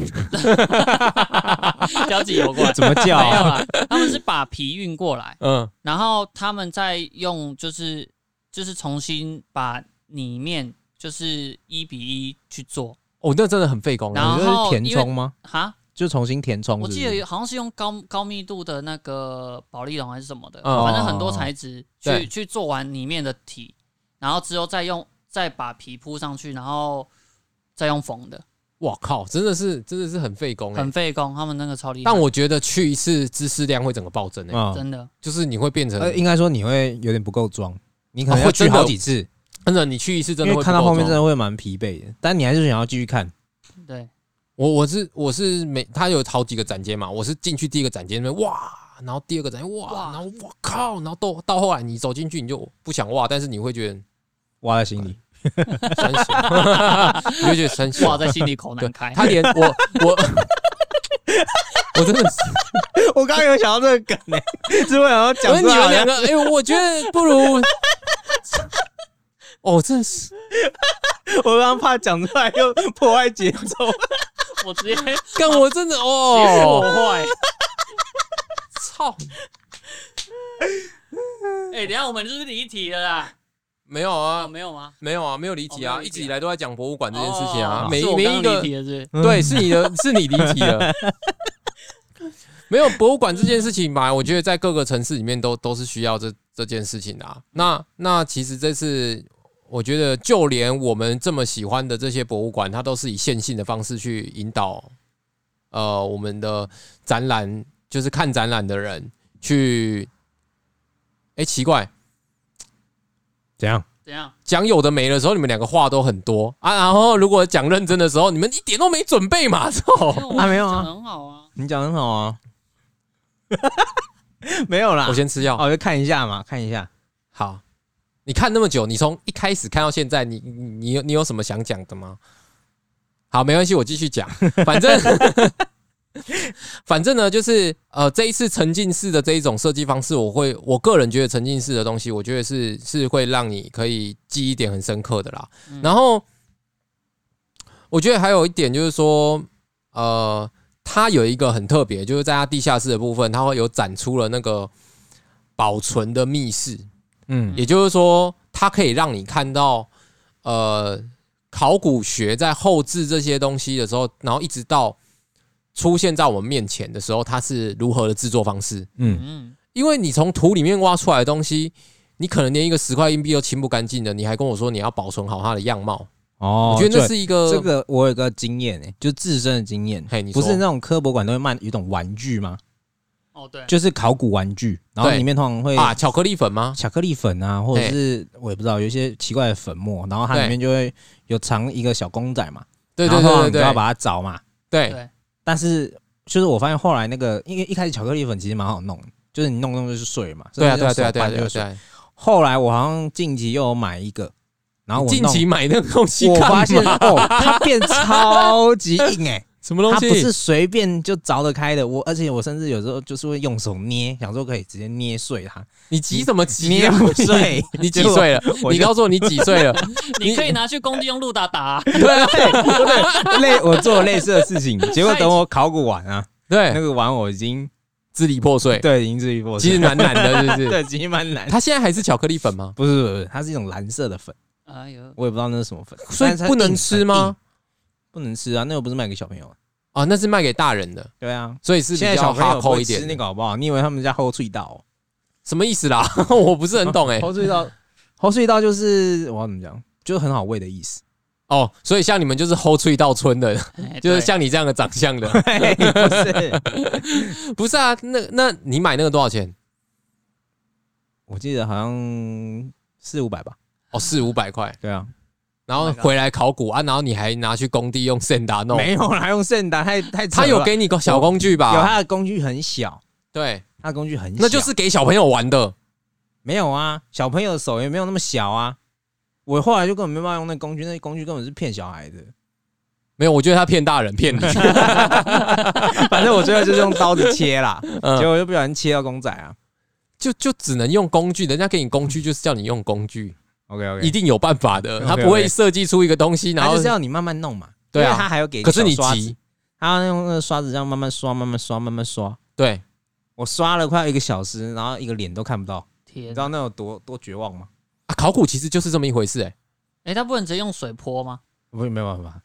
[SPEAKER 2] 交际游过来。
[SPEAKER 3] 怎么叫
[SPEAKER 2] 没有
[SPEAKER 3] 啊？
[SPEAKER 2] 啦，他们是把皮运过来，
[SPEAKER 1] 嗯，
[SPEAKER 2] 然后他们再用就是就是重新把里面就是一比一去做
[SPEAKER 1] 哦，那真的很费工
[SPEAKER 2] 然
[SPEAKER 1] 啊。
[SPEAKER 2] 后
[SPEAKER 3] 你就是填
[SPEAKER 2] 因为
[SPEAKER 3] 充吗？
[SPEAKER 2] 哈。
[SPEAKER 3] 就重新填充是
[SPEAKER 2] 我
[SPEAKER 3] 不是
[SPEAKER 2] 记得有好像是用高高密度的那个保丽龙还是什么的，
[SPEAKER 1] 哦
[SPEAKER 2] 反正很多材质
[SPEAKER 1] 对
[SPEAKER 2] 去去做完里面的体，然后之后再用再把皮铺上去，然后再用缝的，
[SPEAKER 1] 哇靠，真的是真的是很费工哎、
[SPEAKER 2] 很费工。他们那个超厉害，
[SPEAKER 1] 但我觉得去一次知识量会整个暴增哎、
[SPEAKER 3] 啊，
[SPEAKER 2] 真的
[SPEAKER 1] 就是你会变成，
[SPEAKER 3] 呃，应该说你会有点不够装，你可能
[SPEAKER 1] 哦
[SPEAKER 3] 要
[SPEAKER 1] 会
[SPEAKER 3] 去
[SPEAKER 1] 真的
[SPEAKER 3] 好几次，
[SPEAKER 1] 真的你去一次真的
[SPEAKER 3] 因
[SPEAKER 1] 会不
[SPEAKER 3] 为看到
[SPEAKER 1] 够
[SPEAKER 3] 后面
[SPEAKER 1] 装
[SPEAKER 3] 真的会蛮疲惫的，但你还是想要继续看。
[SPEAKER 2] 对，
[SPEAKER 1] 我我是我是每他有好几个展间嘛，我是进去第一个展间那边哇，然后第二个展间哇，
[SPEAKER 2] 哇
[SPEAKER 1] 然后我靠，然后到到后来你走进去你就不想哇，但是你会觉得
[SPEAKER 3] 挖在心里，
[SPEAKER 1] 三小， 你会觉得三小
[SPEAKER 2] 哇，在心里口
[SPEAKER 1] 对
[SPEAKER 2] 难开。
[SPEAKER 1] 他连我我我真的是，
[SPEAKER 3] 我刚刚有想到这个梗呢、欸， 是我想要
[SPEAKER 1] 我觉得你们两个，哎、我觉得不如，哦，真的是
[SPEAKER 3] 我刚刚怕讲出来又破坏节奏。
[SPEAKER 2] 我 直接
[SPEAKER 1] 干，我真的
[SPEAKER 2] 破
[SPEAKER 1] 哦，
[SPEAKER 2] 坏。
[SPEAKER 1] 操，
[SPEAKER 2] 哎、等一下我们就是离题了啦。
[SPEAKER 1] 没有
[SPEAKER 2] 哦，
[SPEAKER 1] 啊，
[SPEAKER 2] 没有吗？
[SPEAKER 1] 没有啊，没有离题啊，
[SPEAKER 2] 哦没有
[SPEAKER 1] 一
[SPEAKER 2] 离题啊
[SPEAKER 1] 直以来都在讲博物馆这件事情
[SPEAKER 2] 哦
[SPEAKER 1] 啊，每
[SPEAKER 2] 是我
[SPEAKER 1] 每
[SPEAKER 2] 刚
[SPEAKER 1] 一个
[SPEAKER 2] 离题了是
[SPEAKER 3] 嗯
[SPEAKER 2] 不是
[SPEAKER 1] 对，是你的，是你离题了。没有博物馆这件事情吧？我觉得在各个城市里面都都是需要这这件事情的、啊。那那其实这次，我觉得就连我们这么喜欢的这些博物馆，它都是以线性的方式去引导，呃，我们的展览就是看展览的人去。哎，奇怪，
[SPEAKER 3] 怎样？
[SPEAKER 2] 怎样？
[SPEAKER 1] 讲有的没的时候，你们两个话都很多啊。然后如果讲认真的时候，你们一点都没准备嘛， 操！
[SPEAKER 3] 啊没有啊
[SPEAKER 2] 讲得很好啊。
[SPEAKER 3] 你讲得很好啊， 没有啦
[SPEAKER 1] 我，先吃药。
[SPEAKER 3] 哦，就看一下嘛，看一下。
[SPEAKER 1] 好，你看那么久，你从一开始看到现在，你你你有你有什么想讲的吗？好，没关系，我继续讲。反正 反正呢，就是呃，这一次沉浸式的这一种设计方式，我会我个人觉得沉浸式的东西，我觉得是是会让你可以记忆点很深刻的啦。
[SPEAKER 2] 嗯
[SPEAKER 1] 然后我觉得还有一点就是说，呃，它有一个很特别，就是在它地下室的部分，它会有展出了那个保存的密室。
[SPEAKER 3] 嗯
[SPEAKER 1] 也就是说，它可以让你看到，呃，考古学在后置这些东西的时候，然后一直到出现在我们面前的时候，它是如何的制作方式。
[SPEAKER 3] 嗯，
[SPEAKER 2] 嗯，
[SPEAKER 1] 因为你从土里面挖出来的东西，你可能连一个十块硬币都清不干净的，你还跟我说你要保存好它的样貌，
[SPEAKER 3] 哦
[SPEAKER 1] 我觉得那是
[SPEAKER 3] 对
[SPEAKER 1] 一个
[SPEAKER 3] 这个我有个经验诶、就自身的经验
[SPEAKER 1] 嘿你，
[SPEAKER 3] 不
[SPEAKER 1] 说
[SPEAKER 3] 是那种科博馆都会卖有一种玩具吗？
[SPEAKER 2] 哦对，
[SPEAKER 3] 就是考古玩具，然后
[SPEAKER 1] 对
[SPEAKER 3] 里面通常会
[SPEAKER 1] 啊，巧克力粉吗？
[SPEAKER 3] 巧克力粉啊，或者是我也不知道，有一些奇怪的粉末，然后它
[SPEAKER 1] 对
[SPEAKER 3] 里面就会有藏一个小公仔嘛，
[SPEAKER 1] 对对
[SPEAKER 3] 然后通
[SPEAKER 1] 对
[SPEAKER 3] 常你就要
[SPEAKER 1] 对
[SPEAKER 3] 把它找嘛。
[SPEAKER 1] 对对
[SPEAKER 2] 对，
[SPEAKER 3] 但是就是我发现后来那个，因为一开始巧克力粉其实蛮好弄的，就是你弄弄就是碎嘛，
[SPEAKER 1] 对啊
[SPEAKER 3] 甚
[SPEAKER 1] 对
[SPEAKER 3] 至
[SPEAKER 1] 啊对啊
[SPEAKER 3] 用手
[SPEAKER 1] 对啊
[SPEAKER 3] 掰
[SPEAKER 1] 对
[SPEAKER 3] 就
[SPEAKER 1] 啊
[SPEAKER 3] 是
[SPEAKER 1] 对
[SPEAKER 3] 碎。
[SPEAKER 1] 啊！
[SPEAKER 3] 后来我好像近期又有买一个，然后我
[SPEAKER 1] 近
[SPEAKER 3] 弄
[SPEAKER 1] 期买那个东西
[SPEAKER 3] 我
[SPEAKER 1] 干嘛，
[SPEAKER 3] 发现哦，它变超级硬哎、
[SPEAKER 1] 什么东
[SPEAKER 3] 它
[SPEAKER 1] 西？
[SPEAKER 3] 不是随便就凿得开的，我而且我甚至有时候就是会用手捏，想说可以直接捏碎它，
[SPEAKER 1] 你急什么急
[SPEAKER 3] 捏
[SPEAKER 1] 啊？。
[SPEAKER 3] 不 碎
[SPEAKER 1] 你几岁了？
[SPEAKER 3] 我
[SPEAKER 1] 你
[SPEAKER 3] 就
[SPEAKER 1] 告诉我你几岁 了？
[SPEAKER 2] 你可以拿去工地用路打打 啊。
[SPEAKER 3] 对对， 类我做了类似的事 情，结果等我考古完啊， 那
[SPEAKER 1] 对，
[SPEAKER 3] 个完我已经
[SPEAKER 1] 支离破碎，
[SPEAKER 3] 对已经至于破碎
[SPEAKER 1] 其实蛮难的，是 不是？
[SPEAKER 3] 对，其实蛮难。
[SPEAKER 1] 它现在还是巧克力粉吗？
[SPEAKER 3] 不是不是，不是它是一种蓝色的粉，
[SPEAKER 2] 哎呦，
[SPEAKER 3] 我也不知道那是什么粉，
[SPEAKER 1] 所以
[SPEAKER 3] 但是它
[SPEAKER 1] 不能
[SPEAKER 3] 硬
[SPEAKER 1] 吃吗？？
[SPEAKER 3] 很硬不能吃啊，那个不是卖给小朋友啊。
[SPEAKER 1] 啊，那是卖给大人的，
[SPEAKER 3] 对啊，
[SPEAKER 1] 所以是比
[SPEAKER 3] 现在小
[SPEAKER 1] 较
[SPEAKER 3] 朋友
[SPEAKER 1] 哈
[SPEAKER 3] 不
[SPEAKER 1] 扣
[SPEAKER 3] 会
[SPEAKER 1] 一
[SPEAKER 3] 吃那
[SPEAKER 1] 点。
[SPEAKER 3] 个好不好？你以为他们家后脆道哦？
[SPEAKER 1] 什么意思啦？ 我不是很 懂哎。
[SPEAKER 3] 后脆道，后脆道就是我要怎么讲，就是很好喂的意思。
[SPEAKER 1] 哦，所以像你们就是齁脆到村的，
[SPEAKER 2] 哎
[SPEAKER 1] 就是
[SPEAKER 2] 对
[SPEAKER 1] 像你这样的长相 的，
[SPEAKER 3] 嘿不是，
[SPEAKER 1] 不是啊？那那你买那个多少钱？
[SPEAKER 3] 我记得好像四五百吧。
[SPEAKER 1] 哦，四五百块，
[SPEAKER 3] 对啊，
[SPEAKER 1] 然后
[SPEAKER 2] Oh my God
[SPEAKER 1] 回来考古啊，然后你还拿去工地用圣达弄，
[SPEAKER 3] 没有啦，用圣达太太扯
[SPEAKER 1] 他有
[SPEAKER 3] 了
[SPEAKER 1] 给你个小工具
[SPEAKER 3] 有
[SPEAKER 1] 吧？
[SPEAKER 3] 它的工具很小，
[SPEAKER 1] 对，
[SPEAKER 3] 它的工具很小，
[SPEAKER 1] 那就是给小朋友玩的。
[SPEAKER 3] 没有啊，小朋友的手也没有那么小啊。我后来就根本没办法用那工具，那工具根本是骗小孩的。
[SPEAKER 1] 没有，我觉得他骗大人，骗你。
[SPEAKER 3] 反正我最后就是用刀子切 啦，
[SPEAKER 1] 嗯
[SPEAKER 3] 结果就不小心切到公仔啊。
[SPEAKER 1] 就就只能用工具，人家给你工具就是叫你用工具，
[SPEAKER 3] OK
[SPEAKER 1] 一
[SPEAKER 3] OK，
[SPEAKER 1] 定有办法的，
[SPEAKER 3] OK，
[SPEAKER 1] 他
[SPEAKER 3] OK
[SPEAKER 1] 不会设计出一个东西，然
[SPEAKER 3] 他
[SPEAKER 1] 后
[SPEAKER 3] 就是要你慢慢弄嘛。
[SPEAKER 1] 对啊
[SPEAKER 3] 因为他还有给，
[SPEAKER 1] 可是你
[SPEAKER 3] 急
[SPEAKER 1] 急，，
[SPEAKER 3] 他要用那个刷子这样慢慢刷，慢慢刷，慢慢刷。
[SPEAKER 1] 对，
[SPEAKER 3] 我刷了快要一个小时，然后一个脸都看不到，你
[SPEAKER 2] 天
[SPEAKER 3] 知，道那有多多绝望吗？
[SPEAKER 1] 啊，考古其实就是这么一回事、欸，哎，
[SPEAKER 2] 哎，他不能直接用水泼吗？
[SPEAKER 3] 不，没办法，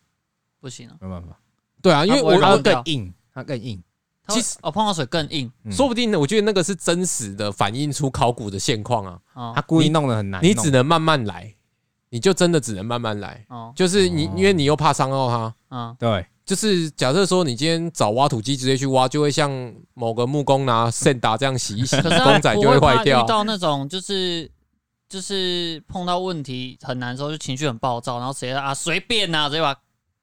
[SPEAKER 2] 不行啊，
[SPEAKER 3] 没办法，
[SPEAKER 1] 对啊，因为
[SPEAKER 2] 啊
[SPEAKER 1] 我
[SPEAKER 2] 我
[SPEAKER 3] 它
[SPEAKER 1] 我
[SPEAKER 3] 会更硬，它更硬。
[SPEAKER 2] 它会
[SPEAKER 1] 其实
[SPEAKER 2] 哦碰到水更硬
[SPEAKER 3] 嗯
[SPEAKER 1] 说不定我觉得那个是真实的反映出考古的现况啊，
[SPEAKER 2] 哦
[SPEAKER 3] 他故意弄得很难弄，
[SPEAKER 1] 你只能慢慢来，你就真的只能慢慢来，
[SPEAKER 2] 哦
[SPEAKER 1] 就是你
[SPEAKER 3] 哦
[SPEAKER 1] 因为你又怕伤到他。
[SPEAKER 2] 嗯
[SPEAKER 3] 对
[SPEAKER 1] 就是假设说你今天找挖土机直接去挖，就会像某个木工拿圣达这样洗一洗，
[SPEAKER 2] 可是它
[SPEAKER 1] 公仔就
[SPEAKER 2] 不会怕
[SPEAKER 1] 坏掉
[SPEAKER 2] 遇。到那种就是就是碰到问题很难的时候，就情绪很暴躁，然后直接啊随便啊，直接把它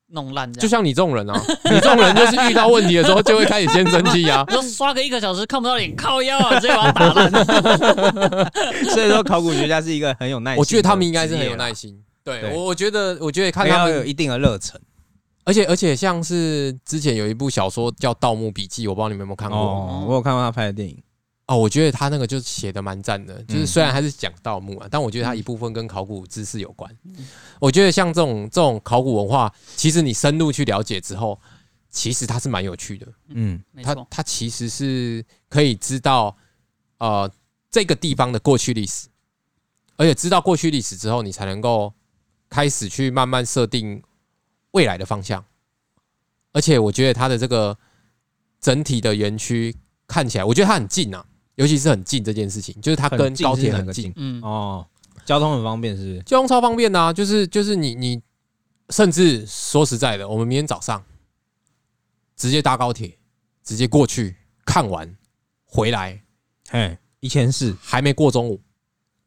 [SPEAKER 2] 弄烂这
[SPEAKER 1] 就
[SPEAKER 2] 样。
[SPEAKER 1] 像你这种人啊， 你这种人就是遇到问题的时候就会开始先生气 啊。
[SPEAKER 2] 就刷个一个小时看不到脸，靠腰啊，直接把它打 烂。
[SPEAKER 3] 所以说考古学家是一个很有耐心的职业啦，啊
[SPEAKER 1] 我觉得他们应该是很有耐
[SPEAKER 3] 心，
[SPEAKER 1] 心。对
[SPEAKER 3] 啊对
[SPEAKER 1] 我，我觉得，我觉得看
[SPEAKER 3] 看
[SPEAKER 1] 他
[SPEAKER 3] 他们有
[SPEAKER 1] 们，
[SPEAKER 3] 一定的热忱。
[SPEAKER 1] 而且而且像是之前有一部小说叫《盗墓笔记》，我不知道你们有没有看过哦
[SPEAKER 3] 哦，我有看过他拍的电影，
[SPEAKER 1] 我觉得他那个就写的蛮赞的，
[SPEAKER 3] 嗯
[SPEAKER 1] 就是虽然他是讲盗墓啊，但我觉得他一部分跟考古知识有关。我觉得像这种这种考古文化，其实你深入去了解之后，其实它是蛮有趣的。
[SPEAKER 3] 嗯，
[SPEAKER 2] 没
[SPEAKER 1] 它
[SPEAKER 2] 错，
[SPEAKER 1] 它其实是可以知道，呃，这个地方的过去历史，而且知道过去历史之后，你才能够开始去慢慢设定未来的方向。而且我觉得它的这个整体的园区看起来，我觉得它很近啊，尤其是很近这件事情，就是它
[SPEAKER 3] 很
[SPEAKER 1] 跟
[SPEAKER 3] 近
[SPEAKER 1] 高
[SPEAKER 3] 是
[SPEAKER 1] 铁
[SPEAKER 3] 哪
[SPEAKER 1] 很
[SPEAKER 3] 个
[SPEAKER 1] 近
[SPEAKER 3] 近，
[SPEAKER 2] 嗯，
[SPEAKER 3] 哦，交通很方便是不是？
[SPEAKER 1] 交通超方便的啊，就是就是你你，甚至说实在的，我们明天早上直接搭高铁，直接过去看完回来，
[SPEAKER 3] 嘿，一千四，
[SPEAKER 1] 还没过中午。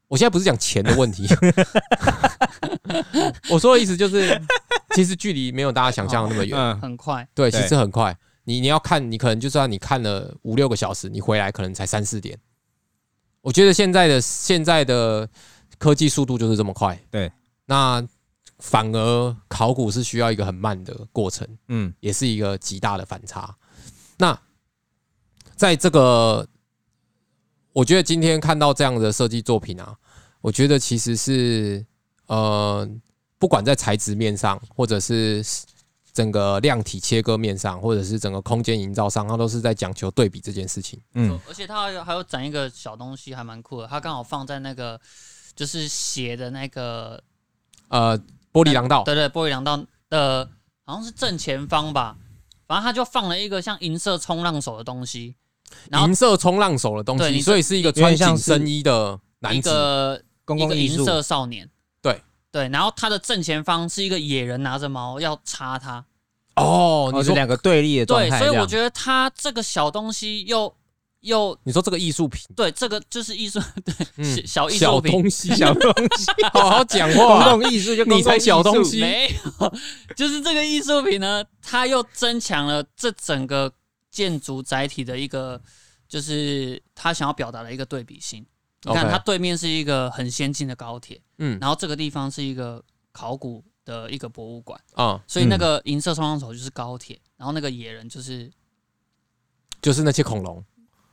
[SPEAKER 1] 我现在不是讲钱的问题，我说的意思就是，其实距离没有大家想象的那么远，
[SPEAKER 3] 嗯，
[SPEAKER 2] 很快，
[SPEAKER 1] 对，其
[SPEAKER 3] 对
[SPEAKER 1] 实很快。你你要看，你可能就算你看了五六个小时，你回来可能才三四点。我觉得现在的现在的科技速度就是这么快，
[SPEAKER 3] 对。
[SPEAKER 1] 那反而考古是需要一个很慢的过程，
[SPEAKER 3] 嗯，
[SPEAKER 1] 也是一个极大的反差。那在这个，我觉得今天看到这样的设计作品啊，我觉得其实是呃，不管在材质面上，或者是整个量体切割面上，或者是整个空间营造上，它都是在讲求对比这件事情。
[SPEAKER 3] 嗯，
[SPEAKER 2] 而且它还有还有展一个小东西，还蛮酷的，它刚好放在那个就是斜的那个，
[SPEAKER 1] 呃，玻璃廊道，
[SPEAKER 2] 对对，玻璃廊道的，呃好像是正前方吧，反正它就放了一个像银色冲浪手的东西，然后
[SPEAKER 1] 银色冲浪手的东
[SPEAKER 2] 对
[SPEAKER 1] 西，
[SPEAKER 2] 你
[SPEAKER 1] 所以是一个
[SPEAKER 3] 有
[SPEAKER 1] 穿
[SPEAKER 3] 点像
[SPEAKER 1] 紧
[SPEAKER 3] 是
[SPEAKER 1] 身衣的
[SPEAKER 2] 一
[SPEAKER 1] 男子，
[SPEAKER 2] 个
[SPEAKER 3] 公
[SPEAKER 2] 一
[SPEAKER 3] 共
[SPEAKER 2] 个
[SPEAKER 3] 艺
[SPEAKER 2] 银
[SPEAKER 3] 术，哦
[SPEAKER 2] 色少年，
[SPEAKER 1] 对
[SPEAKER 2] 对，然后他的正前方是一个野人拿着矛要插他，
[SPEAKER 1] 哦，
[SPEAKER 3] 哦，
[SPEAKER 1] 你
[SPEAKER 3] 是
[SPEAKER 1] 说
[SPEAKER 3] 两个对立的状
[SPEAKER 2] 对，
[SPEAKER 3] 态，
[SPEAKER 2] 所以我
[SPEAKER 3] 得
[SPEAKER 2] 觉得他这个小东西又又
[SPEAKER 1] 你说这个艺术品，
[SPEAKER 2] 对这个就是艺术，
[SPEAKER 1] 嗯
[SPEAKER 2] 对小艺
[SPEAKER 1] 小
[SPEAKER 2] 术品，
[SPEAKER 1] 东西，
[SPEAKER 3] 小东西，
[SPEAKER 1] 好好讲
[SPEAKER 3] 公
[SPEAKER 1] 话，
[SPEAKER 3] 共艺术就
[SPEAKER 1] 你才小东西
[SPEAKER 2] 没有， 就是这个艺术品呢，它又增强了这整个建筑载体的一个，就是他想要表达的一个对比性。你看，
[SPEAKER 1] OK
[SPEAKER 2] 它对面是一个很先进的高铁，
[SPEAKER 1] 嗯
[SPEAKER 2] 然后这个地方是一个考古的一个博物馆。
[SPEAKER 1] 啊，
[SPEAKER 2] 所以那个银色双手就是高铁，然后那个野人就是
[SPEAKER 1] 就是那些恐龙。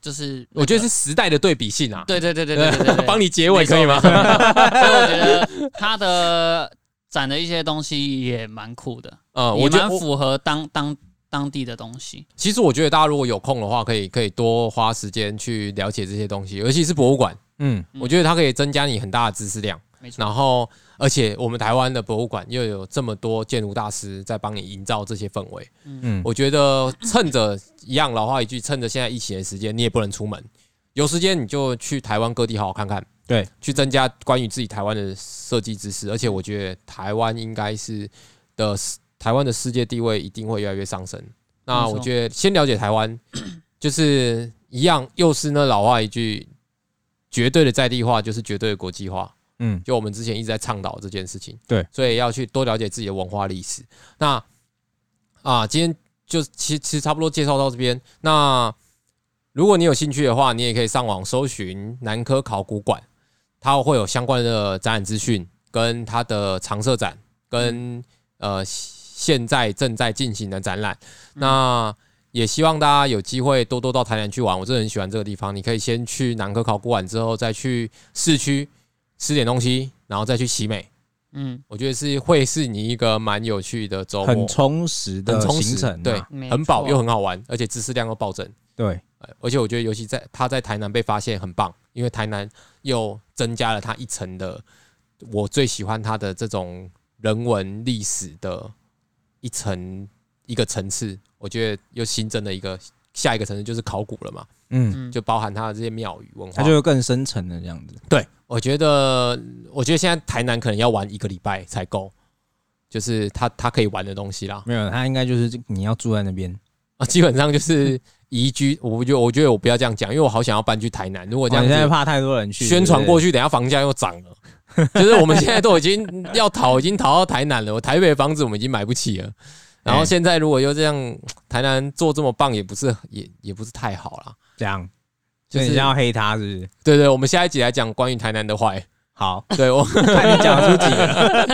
[SPEAKER 2] 就是那个、
[SPEAKER 1] 我觉得是时代的对比性啊。
[SPEAKER 2] 对对对对对对对对，
[SPEAKER 1] 帮
[SPEAKER 2] 你
[SPEAKER 1] 你结尾可以吗？
[SPEAKER 2] 所以我觉得他的展的一些东西也蛮酷的，
[SPEAKER 1] 呃，
[SPEAKER 2] 也
[SPEAKER 1] 我觉
[SPEAKER 2] 蛮
[SPEAKER 1] 得我
[SPEAKER 2] 符合当当当地的东西。
[SPEAKER 1] 其实我觉得大家如果有空的话，可以可以多花时间去了解这些东西，尤其是博物馆，
[SPEAKER 3] 嗯，
[SPEAKER 2] 嗯
[SPEAKER 1] 我觉得它可以增加你很大的知识量。
[SPEAKER 2] 没错，
[SPEAKER 1] 然后，而且我们台湾的博物馆又有这么多建筑大师在帮你营造这些氛围，
[SPEAKER 3] 嗯
[SPEAKER 1] 我觉得趁着一样老话一句，趁着现在疫情的时间，你也不能出门，有时间你就去台湾各地好好看看，
[SPEAKER 3] 对，
[SPEAKER 1] 去增加关于自己台湾的设计知识。而且我觉得台湾应该是的，台湾的世界地位一定会越来越上升。那
[SPEAKER 2] 没错
[SPEAKER 1] 我觉得先了解台湾，就是一样，又是那老话一句，绝对的在地化就是绝对的国际化。
[SPEAKER 3] 嗯，
[SPEAKER 1] 就我们之前一直在倡导这件事情，
[SPEAKER 3] 对，
[SPEAKER 1] 所以要去多了解自己的文化历史。那啊，今天就其其实差不多介绍到这边。那如果你有兴趣的话，你也可以上网搜寻南科考古馆，它会有相关的展览资讯，跟它的常设展，跟呃现在正在进行的展览。
[SPEAKER 3] 嗯
[SPEAKER 1] 那也希望大家有机会多多到台南去玩，我真的很喜欢这个地方。你可以先去南科考古馆，之后再去市区吃点东西，然后再去奇美。
[SPEAKER 2] 嗯，
[SPEAKER 1] 我觉得是会是你一个蛮有趣的周末
[SPEAKER 3] 哦很，充实的
[SPEAKER 1] 很充
[SPEAKER 3] 行
[SPEAKER 1] 实
[SPEAKER 3] 程啊，
[SPEAKER 1] 对
[SPEAKER 2] 没，
[SPEAKER 1] 很饱
[SPEAKER 2] 错
[SPEAKER 1] 又很好玩，而且知识量又暴增。
[SPEAKER 3] 对，
[SPEAKER 1] 呃而且我觉得，尤其在他在台南被发现很棒，因为台南又增加了他一层的，我最喜欢他的这种人文历史的一层一个层次。我觉得又新增了一个下一个层次，就是考古了嘛，
[SPEAKER 3] 嗯，
[SPEAKER 2] 嗯，
[SPEAKER 1] 就包含他的这些庙宇文化。
[SPEAKER 3] 它就更深层的这样子，
[SPEAKER 1] 对，我觉得，我觉得现在台南可能要玩一个礼拜才够，就是他他可以玩的东西啦。
[SPEAKER 3] 没有，它应该就是你要住在那边，
[SPEAKER 1] 啊，基本上 就是移居。我不觉得，我觉得我不要这样讲，因为我好想要搬去台南。如果
[SPEAKER 3] 我
[SPEAKER 1] 这样
[SPEAKER 3] 哦现在
[SPEAKER 1] 子
[SPEAKER 3] 怕太多人去
[SPEAKER 1] 宣传过
[SPEAKER 3] 去，
[SPEAKER 1] 去，等下房价又涨 了。就是我们现在都已经要逃，已经逃到台南了。我台北的房子我们已经买不起了。然后
[SPEAKER 3] 哎
[SPEAKER 1] 现在如果又这样，台南做这么棒，也不是也也不是太好啦。
[SPEAKER 3] 这样，
[SPEAKER 1] 就
[SPEAKER 3] 就是是要黑他是不是？
[SPEAKER 1] 对对，我们下一集来讲关于台南的坏。
[SPEAKER 3] 好，
[SPEAKER 1] 对我
[SPEAKER 3] 看你讲出几个，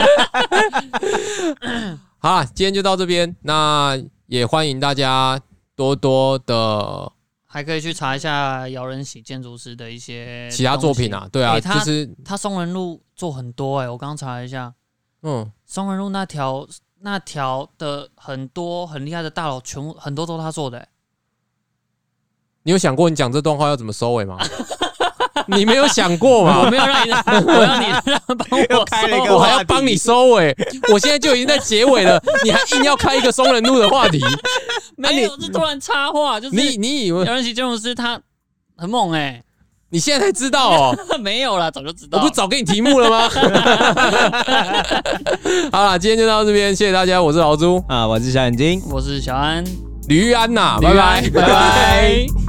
[SPEAKER 1] 好啦，今天就到这边。那也欢迎大家多多的
[SPEAKER 2] 还可以去查一下姚仁喜建筑师的一些
[SPEAKER 1] 其他作品
[SPEAKER 2] 东
[SPEAKER 1] 啊，对啊，
[SPEAKER 2] 哎
[SPEAKER 1] 就
[SPEAKER 2] 他
[SPEAKER 1] 是
[SPEAKER 2] 西。他松仁路做很多哎、我刚查了一下，
[SPEAKER 1] 嗯，
[SPEAKER 2] 松仁路那条那条的很多很厉害的大楼，全部很多都是他做的、哎
[SPEAKER 1] 你有想过你讲这段话要怎么收尾吗？你没有想过
[SPEAKER 2] 我
[SPEAKER 1] 吗？
[SPEAKER 2] 没有让 你，我要你让帮
[SPEAKER 1] 哎
[SPEAKER 3] 又
[SPEAKER 2] 我
[SPEAKER 3] 开了一
[SPEAKER 2] 收
[SPEAKER 3] 个
[SPEAKER 1] 我
[SPEAKER 2] 尾。
[SPEAKER 1] 还要帮你收尾，我现在就已经在结尾了，你还硬要开一个松仁路的话 题？那
[SPEAKER 2] 没
[SPEAKER 1] 你
[SPEAKER 2] 有，这突然插话，就是
[SPEAKER 1] 你你以为
[SPEAKER 2] 姚仁奇建筑师他很猛 哎、
[SPEAKER 1] 你现在才知道哦？
[SPEAKER 2] 没有啦，早就知道
[SPEAKER 1] 我不
[SPEAKER 2] 了。
[SPEAKER 1] 是早给你题目了 吗？好啦，今天就到这边，谢谢大家，我是老朱，
[SPEAKER 3] 啊，我是小眼睛。
[SPEAKER 2] 我是小安，
[SPEAKER 1] 驴安呐，拜
[SPEAKER 2] 拜
[SPEAKER 1] 拜，
[SPEAKER 2] 拜拜。